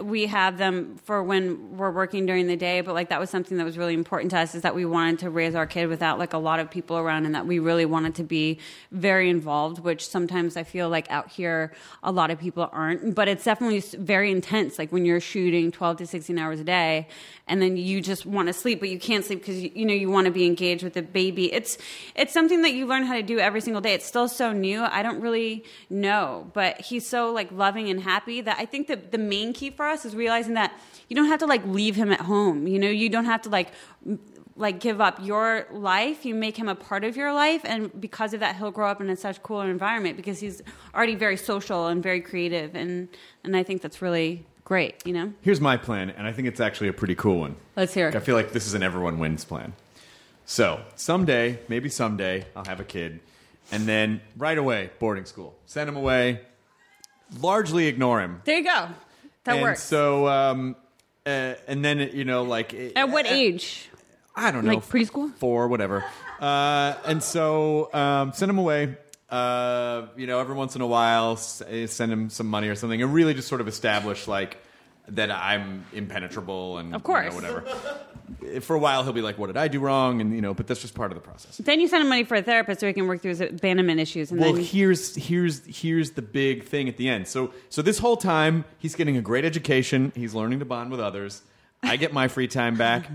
We have them for when we're working during the day, but like that was something that was really important to us is that we wanted to raise our kid without like a lot of people around and that we really wanted to be very involved, which sometimes I feel like out here a lot of people aren't, but it's definitely s- very intense like when you're shooting 12 to 16 hours a day and then you just want to sleep but you can't sleep because you, you know you want to be engaged with the baby. It's it's something that you learn how to do every single day. It's still so new. I don't really know, but he's so like loving and happy that I think that the main key for us is realizing that you don't have to like leave him at home. You know, you don't have to like m- like give up your life. You make him a part of your life, and because of that, he'll grow up in a such cool environment because he's already very social and very creative, and and I think that's really great. You know,
Here's my plan, and I think it's actually a pretty cool one.
Let's hear it.
I feel like this is an everyone wins plan. So someday, maybe someday, I'll have a kid, and then right away, boarding school. Send him away. Largely ignore him.
there you go. That
and
works.
So, um, uh, and then you know, like it-
at what age?
I don't know,
Like preschool?
four, whatever. Uh, and so um, send him away. Uh, you know, every once in a while, s- eh, send him some money or something, and really just sort of establish like that I'm impenetrable and
Of course.
you know, whatever. Eh, For a while, he'll be like, "What did I do wrong?" And you know, but that's just part of the process.
Then you send him money for a therapist so he can work through his abandonment issues. And
Well,
then
here's here's here's the big thing at the end. So so this whole time he's getting a great education. He's learning to bond with others. I get my free time back,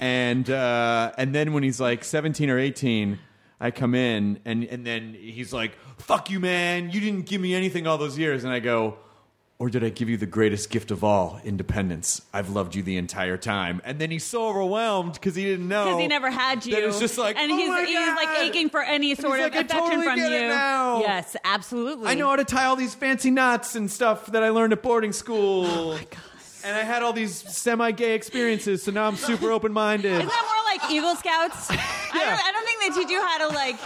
and uh, and then when he's like 17 or 18, I come in and and then he's like, "Fuck you, man! You didn't give me anything all those years." And I go. Or did I give you the greatest gift of all, independence? I've loved you the entire time. And then he's so overwhelmed because he didn't know.
because he never had you,
That it's just like,
and
"Oh
he's
my
he's like
God!"
aching for any
And
sort
he's
of
like, "I
affection
totally
from
get it
you.
now."
Yes, absolutely.
I know how to tie all these fancy knots and stuff that I learned at boarding school. Oh my god. And I had all these semi-gay experiences, so now I'm super open-minded.
Isn't that more like Eagle Scouts? I, don't, I don't think they teach you how to like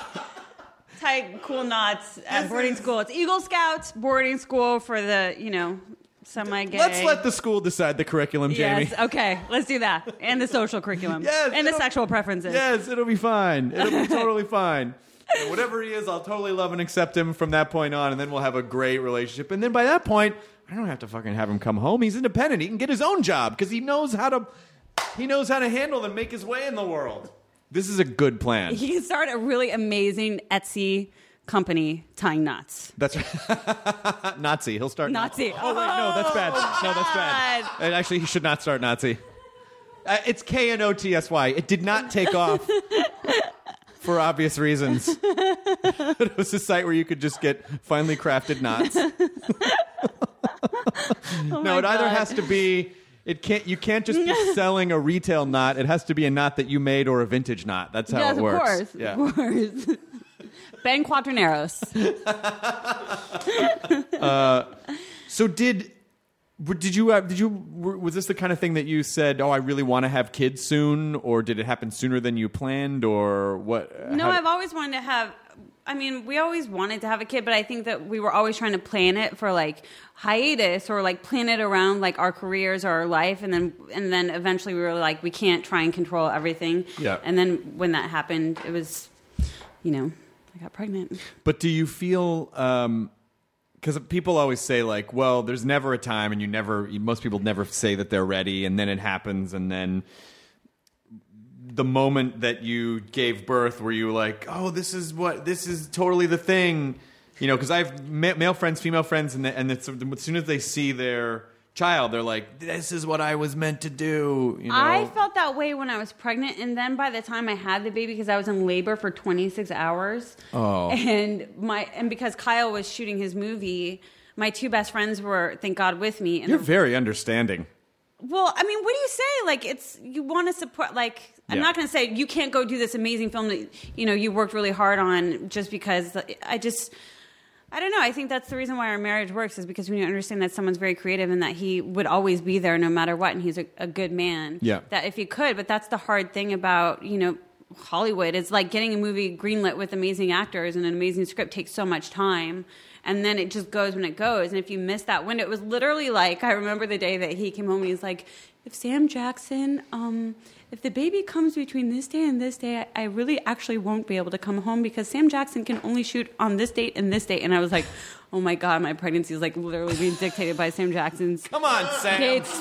tie cool knots at boarding school. It's Eagle Scouts boarding school for the you know semi-gay.
Let's let the school decide the curriculum, Jamie.
Yes, okay, let's do that, and the social curriculum,
Yes,
and the
it'll-
sexual preferences.
Yes, it'll be fine. It'll be totally fine. And whatever he is, I'll totally love and accept him from that point on, and then we'll have a great relationship. And then by that point, I don't have to fucking have him come home. He's independent. He can get his own job because he knows how to he knows how to handle and make his way in the world. This is a good plan.
He can start a really amazing Etsy company tying knots.
That's right. Nazi. He'll start
Nazi.
Oh, wait, no, that's bad. No, that's bad. And actually, he should not start Nazi. Uh, it's K N O T S Y. It did not take off for obvious reasons. it was a site where you could just get finely crafted knots. no,
Oh my
it either
God.
has to be. It can't. You can't just be selling a retail knot. It has to be a knot that you made or a vintage knot. That's how
yes,
it works.
of course.
Yeah.
Of course. ben Quaterneros.
So did w- did you uh, did you w- was this the kind of thing that you said? Oh, I really want to have kids soon, or did it happen sooner than you planned, or what? uh,
No,
how-
I've always wanted to have. I mean, we always wanted to have a kid, but I think that we were always trying to plan it for like hiatus or like plan it around like our careers or our life, and then and then eventually we were like, we can't try and control everything.
Yeah.
And then when that happened, it was, you know, I got pregnant.
But do you feel? um 'cause because people always say like, well, there's never a time, and you never. you- Most people never say that they're ready, and then it happens, and then the moment that you gave birth, were you like, oh, this is what this is totally the thing, you know? Because I have ma- male friends, female friends, and the, and it's, as soon as they see their child, they're like, this is what I was meant to do. You know?
I felt that way when I was pregnant, and then by the time I had the baby, because I was in labor for 26 hours, oh. and my and because Kyle was shooting his movie, my two best friends were, thank God, with me. And
you're very understanding.
well, I mean, what do you say? Like, it's you want to support. Like, I'm
Yeah.
not going to say you can't go do this amazing film that you know you worked really hard on just because. I just, I don't know. I think that's the reason why our marriage works is because when you understand that someone's very creative and that he would always be there no matter what, and he's a, a good man.
Yeah.
That if he could, but that's the hard thing about you know Hollywood is like getting a movie greenlit with amazing actors and an amazing script takes so much time. And then it just goes when it goes. And if you miss that window, it was literally like I remember the day that he came home and he's like, if Sam Jackson, um, if the baby comes between this day and this day, I, I really actually won't be able to come home because Sam Jackson can only shoot on this date and this date. And I was like, oh my God, my pregnancy is like literally being dictated by Sam Jackson's
Come on, Sam.
dates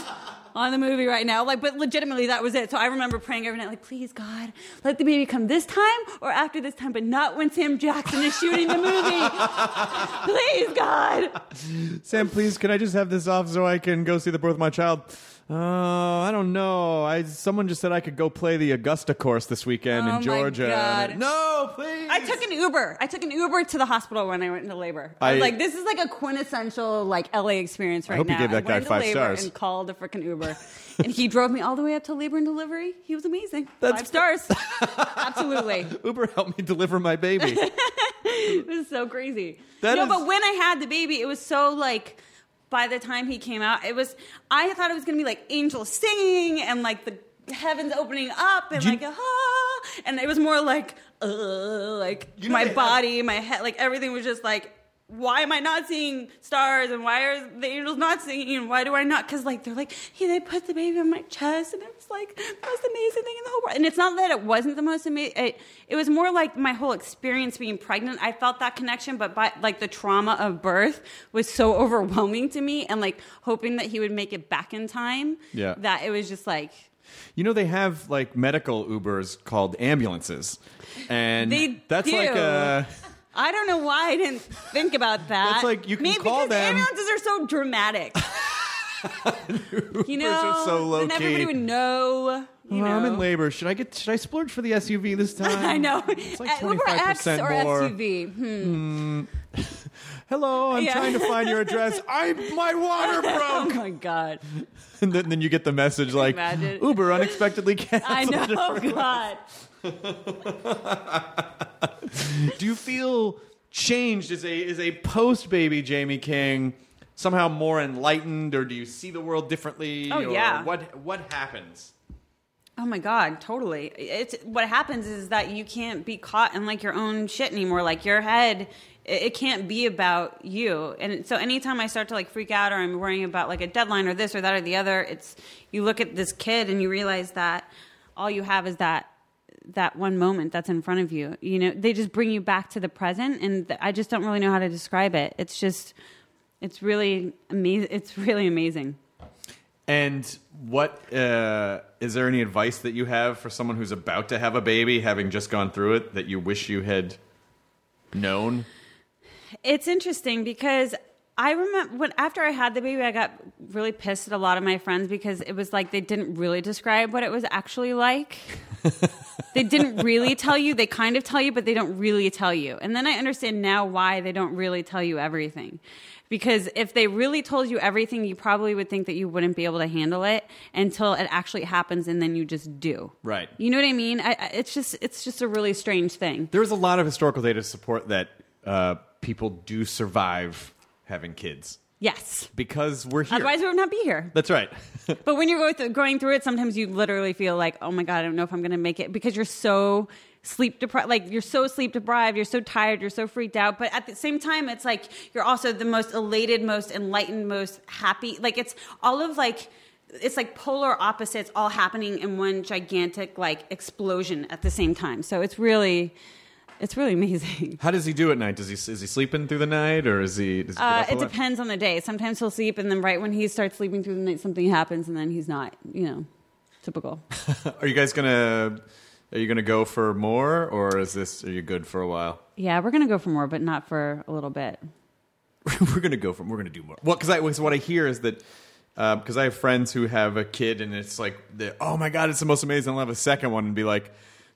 on the movie right now. Like, but legitimately, that was it. So I remember praying every night, like, please, God, let the baby come this time or after this time, but not when Sam Jackson is shooting the movie. please, God.
Sam, please, can I just have this off so I can go see the birth of my child? Oh, I don't know. I someone just said I could go play the Augusta course this weekend
Oh my
in Georgia.
God.
No, please.
I took an Uber. I took an Uber to the hospital when I went into labor. I, was
I-
like, this is like a quintessential like LA experience right
hope you
now.
gave that
I went
guy
into
five
labor
stars.
and called a freaking Uber, and he drove me all the way up to labor and delivery. He was amazing. five stars, absolutely.
Uber helped me deliver my baby.
It was so crazy.
That
no,
is-
but when I had the baby, it was so like. By the time he came out, it was I thought it was gonna be like angels singing and like the heavens opening up and
Do you-
like ah, and it was more like uh, like
know
my
they have-
body, my head, like everything was just like. Why am I not seeing stars? And why are the angels not singing? And why do I not? Because like they're like, hey, they put the baby on my chest, and it was like the most amazing thing in the whole world. And it's not that it wasn't the most amazing. It, it was more like my whole experience being pregnant. I felt that connection, but by, like the trauma of birth was so overwhelming to me, and like hoping that he would make it back in time.
Yeah.
that it was just like
you know they have like medical Ubers called ambulances, and
They
that's
do.
like a
I don't know why I didn't think about that.
That's like, you can
Maybe
call
because
them-
ambulances are so dramatic. you know,
are so low
then everybody
key.
would know. You
"Oh, I'm
know.
in labor. Should I get? Should I splurge for the SUV this time?
I know.
It's like
Uh, Uber X or
25% more.
SUV. Hmm.
Hello, I'm
Yeah.
trying to find your address. I my water
Oh
broke.
my god!
and then, then you get the message like
Imagine.
Uber unexpectedly canceled.
I know.
your
Oh god.
Do you feel changed as a as a post baby Jamie King somehow more enlightened, or do you see the world differently?
Oh,
or
yeah.
What what happens?
Oh my god, totally. It's what happens is that you can't be caught in like your own shit anymore. Like your head, it, it can't be about you. And so anytime I start to like freak out or I'm worrying about like a deadline or this or that or the other, it's you look at this kid and you realize that all you have is that that one moment that's in front of you. You know, they just bring you back to the present and th- I just don't really know how to describe it. It's just it's really amazing. It's really amazing.
And what uh, is there any advice that you have for someone who's about to have a baby, having just gone through it, that you wish you had known?
It's interesting because I remember when after I had the baby, I got really pissed at a lot of my friends because it was like they didn't really describe what it was actually like. they didn't really tell you. They kind of tell you, but they don't really tell you. And then I understand now why they don't really tell you everything. Because if they really told you everything, you probably would think that you wouldn't be able to handle it until it actually happens, and then you just do.
Right.
You know what I mean? I, I, it's just it's just a really strange thing.
There's a lot of historical data to support that uh, people do survive having kids
Yes.
because we're here.
Otherwise, we would not be here.
That's right.
But when you're going through, going through it, sometimes you literally feel like, oh my God, I don't know if I'm going to make it because you're so sleep deprived. Like, you're so sleep deprived, you're so tired, you're so freaked out. But at the same time, it's like you're also the most elated, most enlightened, most happy. Like, it's all of like, it's like polar opposites all happening in one gigantic like explosion at the same time. So it's really, it's really amazing.
How does he do at night? Does he is he sleeping through the night or is he? Does he get
Uh,
up a
it
lot?
depends on the day. Sometimes he'll sleep, and then right when he starts sleeping through the night, something happens, and then he's not. You know, typical.
Are you guys gonna? Are you gonna go for more, or is this? Are you good for a while?
Yeah, we're gonna go for more, but not for a little bit.
we're gonna go for. We're gonna do more. Well, because I was what I hear is that because I have friends who have a kid, and it's like, the, oh my god, it's the most amazing. I'll have a second one and be like,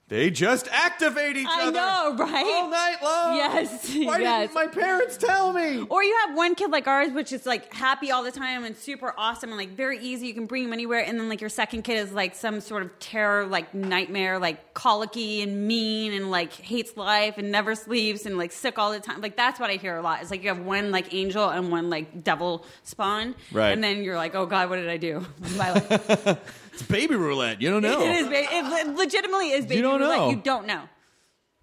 they just activate each
I
other.
know, right?
All night long.
Yes,
Why
yes.
didn't my parents tell me?
Or you have one kid like ours, which is like happy all the time and super awesome and like very easy. You can bring him anywhere. And then like your second kid is like some sort of terror, like nightmare, like colicky and mean and like hates life and never sleeps and like sick all the time. Like that's what I hear a lot. It's like you have one like angel and one like devil spawn.
Right.
And then you're like, oh God, what did I do? with My life.
It's baby roulette. You don't know.
It is. ba- It le- legitimately is. Baby
don't
roulette.
know.
You don't know.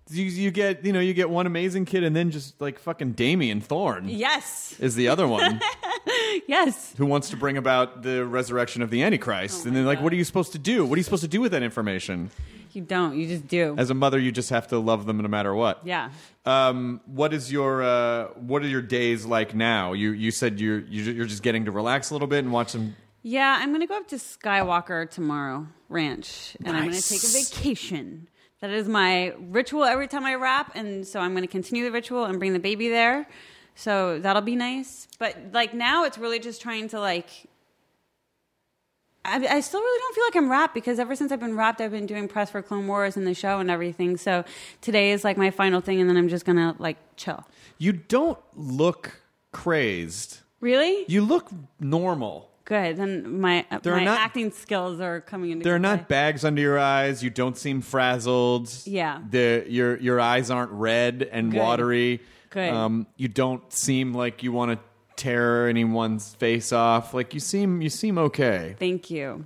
You, you get you know you get one amazing kid and then just like fucking Damien Thorn
Yes.
is the other one
Yes.
who wants to bring about the resurrection of the Antichrist and then like what are you supposed to do? What are you supposed to do with that information?
You don't. You just do.
As a mother, you just have to love them no matter what.
yeah.
Um, what is your uh, what are your days like now? You you said you're you ju- you're just getting to relax a little bit and watch some.
Yeah, I'm going to go up to Skywalker tomorrow ranch and I'm going to take a
Nice.
vacation. That is my ritual every time I rap. And so I'm going to continue the ritual and bring the baby there. So that'll be nice. But like now it's really just trying to like. I, I still really don't feel like I'm wrapped because ever since I've been wrapped, I've been doing press for Clone Wars and the show and everything. So today is like my final thing, and then I'm just gonna like chill.
You don't look crazed.
Really?
You look normal.
Good. Then my
There are
my
not-
acting skills are coming into.
There are
good
not
play.
bags under your eyes. You don't seem frazzled.
Yeah.
The, your your eyes aren't red and
Good.
watery. Um,
Good.
you don't seem like you want to tear anyone's face off. Like you seem you seem okay.
Thank you.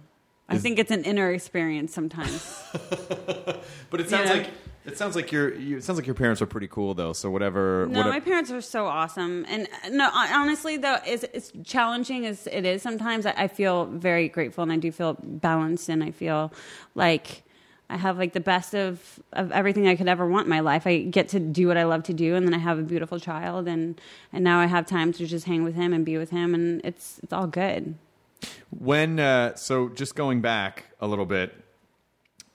I think it's an inner experience sometimes.
But it sounds
Yeah.
like it sounds like your you, it sounds like your parents are pretty cool though. So whatever.
no,
whatever
my parents are so awesome, and uh, no, hon- honestly though, as, as challenging as it is sometimes, I, I feel very grateful, and I do feel balanced, and I feel like I have like the best of of everything I could ever want in my life. I get to do what I love to do, and then I have a beautiful child, and and now I have time to just hang with him and be with him, and it's it's all good.
When uh, so just going back a little bit,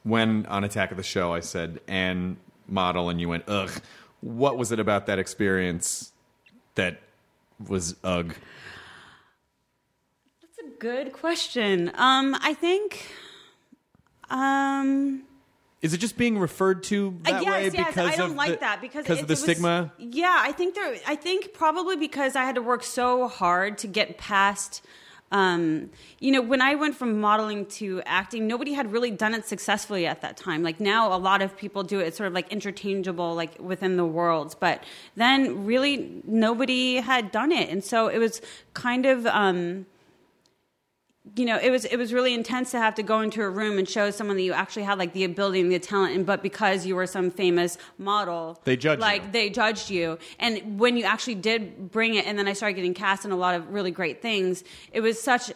when on Attack of the Show I said and model and you went ugh, what was it about that experience that was ugh?
That's a good question. Um, I think. Um.
Is it just being referred to
Uh,
that way because
I don't
of
like
the,
that because
because
it-
of the
it was-
stigma?
Yeah, I think there. I think probably because I had to work so hard to get past. Um, you know, when I went from modeling to acting, nobody had really done it successfully at that time. Like now, a lot of people do it. It's sort of like interchangeable, like within the worlds. But then, really, nobody had done it, and so it was kind of. Um, you know, it was it was really intense to have to go into a room and show someone that you actually had like the ability and the talent, and but because you were some famous model,
They judge you.
like they judged you. And when you actually did bring it, and then I started getting cast in a lot of really great things. It was such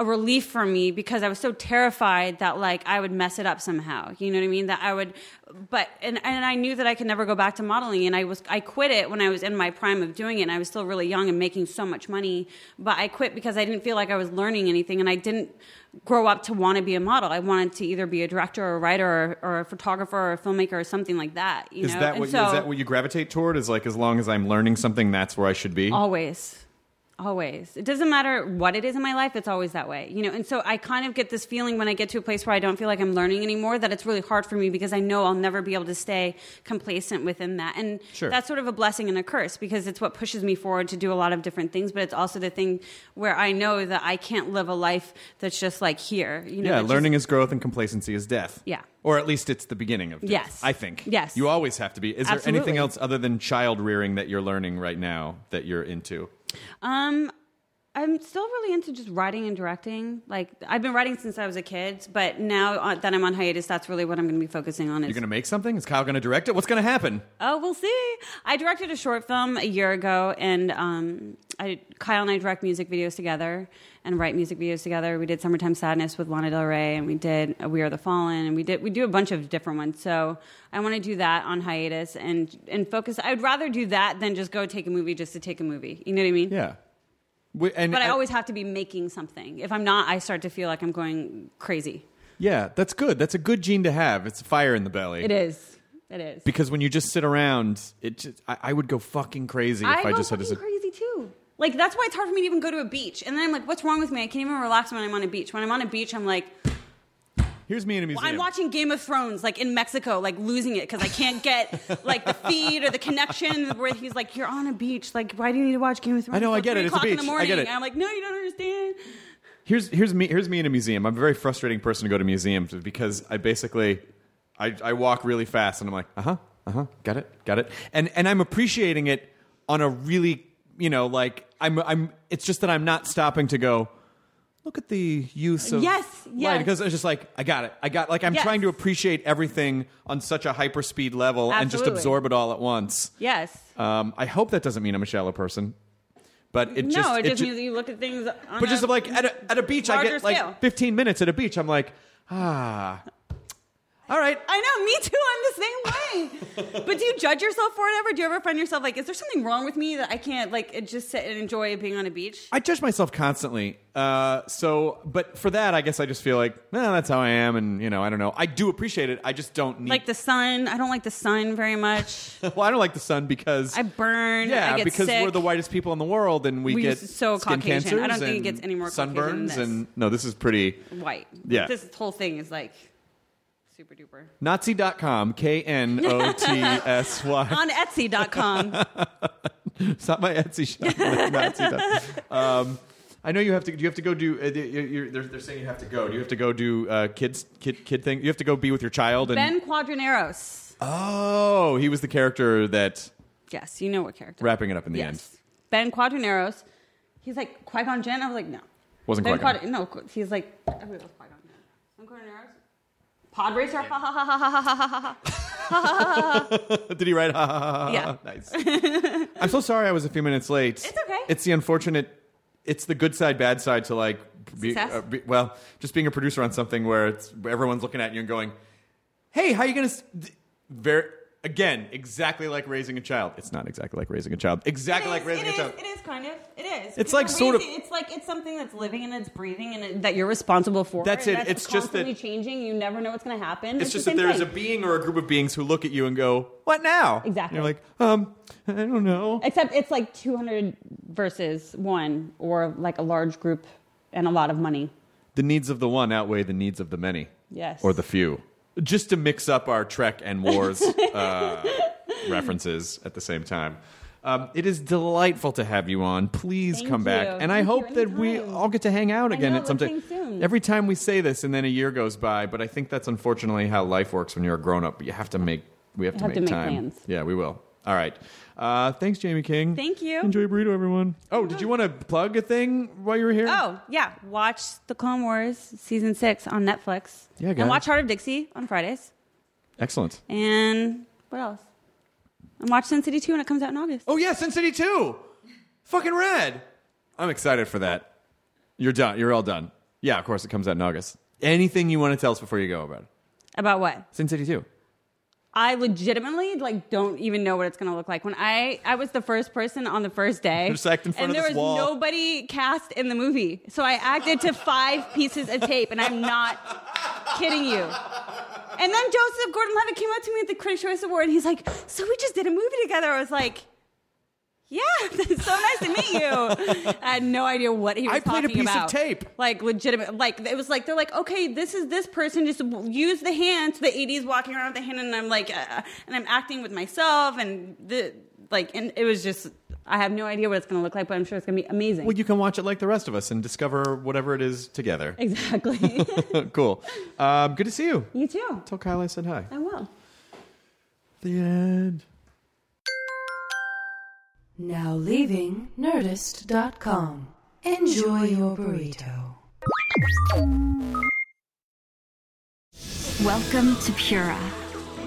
a relief for me because I was so terrified that like I would mess it up somehow. You know what I mean? That I would, but and and I knew that I could never go back to modeling, and I was I quit it when I was in my prime of doing it. and I was still really young and making so much money, but I quit because I didn't feel like I was learning anything, and I didn't grow up to want to be a model. I wanted to either be a director or a writer or, or a photographer or a filmmaker or something like that. You
is
know?
that
And
what
so,
is that what you gravitate toward? Is like as long as I'm learning something, that's where I should be.
Always. Always. It doesn't matter what it is in my life, it's always that way. You know, and so I kind of get this feeling when I get to a place where I don't feel like I'm learning anymore that it's really hard for me because I know I'll never be able to stay complacent within that. And
Sure.
that's sort of a blessing and a curse because it's what pushes me forward to do a lot of different things, but it's also the thing where I know that I can't live a life that's just like here. You know,
yeah,
that's just-
learning is growth and complacency is death.
Yeah.
Or at least it's the beginning of death.
Yes.
I think.
Yes.
You always have to be. Is there anything
Absolutely.
else other than child rearing that you're learning right now that you're into?
Um, I'm still really into just writing and directing. Like I've been writing since I was a kid, but now uh, that I'm on hiatus, that's really what I'm going to be focusing on. Is
You're going to make something? Is Kyle going to direct it? What's going to happen?
oh, we'll see. I directed a short film a year ago, and um, I, Kyle and I direct music videos together and write music videos together. We did "Summertime Sadness" with Lana Del Rey, and we did uh, "We Are the Fallen," and we did we do a bunch of different ones. So I want to do that on hiatus and and focus. I'd rather do that than just go take a movie just to take a movie. You know what I mean?
Yeah. We- and
But I, always have to be making something. If I'm not, I start to feel like I'm going crazy.
Yeah, that's good. That's a good gene to have. It's a fire in the belly.
It is. It is.
Because when you just sit around, it just, I, I would go fucking crazy if I
go
just had to
fucking
sit.
crazy too. Like that's why it's hard for me to even go to a beach. And then I'm like, what's wrong with me? I can't even relax when I'm on a beach. When I'm on a beach, I'm like,
Here's me in a museum.
I'm watching Game of Thrones, like in Mexico, like losing it because I can't get like the feed or the connection where he's like, you're on a beach. Like, why do you need to watch Game of Thrones?
know, I
till
get it.
three
It's a
o'clock in the
beach. I
morning.
get it.
And I'm like, no, you don't understand.
here's here's me here's me in a museum. I'm a very frustrating person to go to museums with because I basically I, I walk really fast and I'm like, uh huh, uh huh, got it, got it, and and I'm appreciating it on a really you know like I'm I'm it's just that I'm not stopping to go. look at the use of
Yes, yes.
because it's just like I got it, I got like I'm
Yes.
trying to appreciate everything on such a hyperspeed level and just
Absolutely.
absorb it all at once.
Yes.
Um, I hope that doesn't mean I'm a shallow person, but it just
no, it just
ju-
means that you look at things. On
but just
a,
like at a, at a beach, I
larger
get like
scale.
15 minutes at a beach. I'm like, ah, all right.
I know, me too. I'm the same way. but do you judge yourself for it ever? Do you ever find yourself like, is there something wrong with me that I can't like just sit and enjoy being on a beach?
I judge myself constantly. Uh, so, but for that, I guess I just feel like, nah, that's how I am, and you know, I don't know. I do appreciate it. I just don't need.
Like the sun. I don't like the sun very much.
well, I don't like the sun because
I burn.
Yeah,
I get
because
sick.
we're the whitest people in the world, and we
We're
get
so
skin
Caucasian. I don't
cancers.
think it
and
gets any more Caucasian than
sunburns
this.
and no. This is pretty.
white.
Yeah.
This whole thing is like super duper.
Nazi.com, K N O T S Y.
On Etsy.com.
It's not my Etsy shop. but Nazi.com. Um, I know you have to. Do you have to go do? Uh, you- you're, they're, they're saying you have to go. Do you have to go do uh, kids kid kid thing? You have to go be with your child. And
ben Quadraneros.
oh, he was the character that
Yes, you know what character.
wrapping it up in the end
yes. Ben Quadraneros. He's like Qui Gon Jinn. I was like, no.
wasn't
Ben
quite.
Quad- no, Qu- he's like I believe it was Qui Gon Jinn. Ben Quadraneros. Pod racer. Ha ha ha ha ha ha ha ha.
Did he write? Ha, ha, ha, ha,
Yeah.
Nice. I'm so sorry I was a few minutes late. It's
okay.
It's the unfortunate. It's the good side, bad side to like. Be,
Success?
uh, be, well, just being a producer on something where it's everyone's looking at you and going, "Hey, how you gonna?" s- d- Very again, exactly like raising a child. It's not exactly like raising a child. Exactly like
It is,
raising
it,
a
is,
child.
it is kind of. It is.
It's
Because
like
we're
sort of-
raising- It's like it's something that's living and it's breathing and it, that you're responsible for.
That's
and
it.
That's
It's just that-
constantly changing. You never know what's going to happen.
It's, just
the
that
same
there's
thing.
a being or a group of beings who look at you and go, "What now?"
Exactly.
And you're like, um, I don't know.
Except it's like 200 versus one, or like a large group and a lot of money.
the needs of the one outweigh the needs of the many.
Yes.
Or the few. Just to mix up our Trek and Wars uh, references at the same time. Um, it is delightful to have you on. Please
Thank
come back.
you.
And I
Thank you.
hope that we
Anytime.
all get to hang out
I
again
know,
at some
let's
time.
hang soon.
Every time we say this and then a year goes by, but I think that's unfortunately how life works when you're a grown up. You have to make we have, to,
have
make
to make
time.
plans.
Yeah, we will. All right. Uh, thanks, Jamie King.
Thank you.
Enjoy your burrito, everyone. Oh, did you want to plug a thing while you were here?
Oh, yeah. Watch The Clone Wars season six on Netflix.
Yeah, guys.
And watch Heart of Dixie on Fridays.
Excellent.
And what else? And watch Sin City 2 when it comes out in August.
Oh yeah, Sin City 2. Fucking rad. I'm excited for that. You're done. You're all done. Yeah, of course it comes out in August. Anything you want to tell us before you go about it?
About what?
Sin City 2.
I legitimately like don't even know what it's gonna look like. When I I was the first person on the first day,
Just act in
and
front of
there was
this wall.
nobody cast in the movie, so I acted to five pieces of tape, and I'm not kidding you. And then Joseph Gordon-Levitt came up to me at the Critics' Choice Award, and he's like, "So we just did a movie together." I was like. Yeah, it's so nice to meet you. I had no idea what he was
I played a
talking
piece of
about.
tape.
Like legitimate, like it was like they're like, okay, this is this person. Just use the hand. So the '80s walking around with the hand, and I'm like, uh, and I'm acting with myself, and the like, and it was just, I have no idea what it's gonna look like, but I'm sure it's gonna be amazing.
Well, you can watch it like the rest of us and discover whatever it is together.
exactly.
cool. Um, good to see you.
you too.
Tell Kyle I said hi.
I will.
The end.
Now leaving Nerdist.com. Enjoy your burrito.
Welcome to Pura,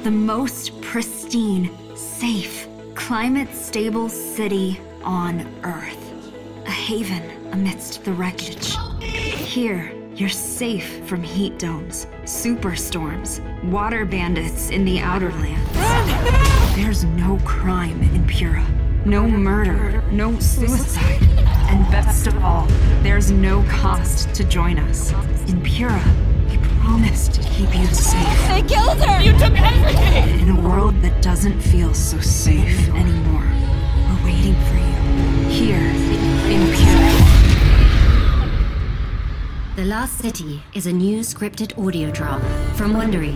the most pristine, safe, climate stable city on Earth. A haven amidst the wreckage. Here, you're safe from heat domes, superstorms, water bandits in the outer lands. There's no crime in Pura, no murder, no suicide. And best of all, there's no cost to join us. In Pura, we promise to keep you safe.
They killed her! You took everything!
In a world that doesn't feel so safe anymore, we're waiting for you. Here in Pura.
The Last City is a new scripted audio drama from Wondery.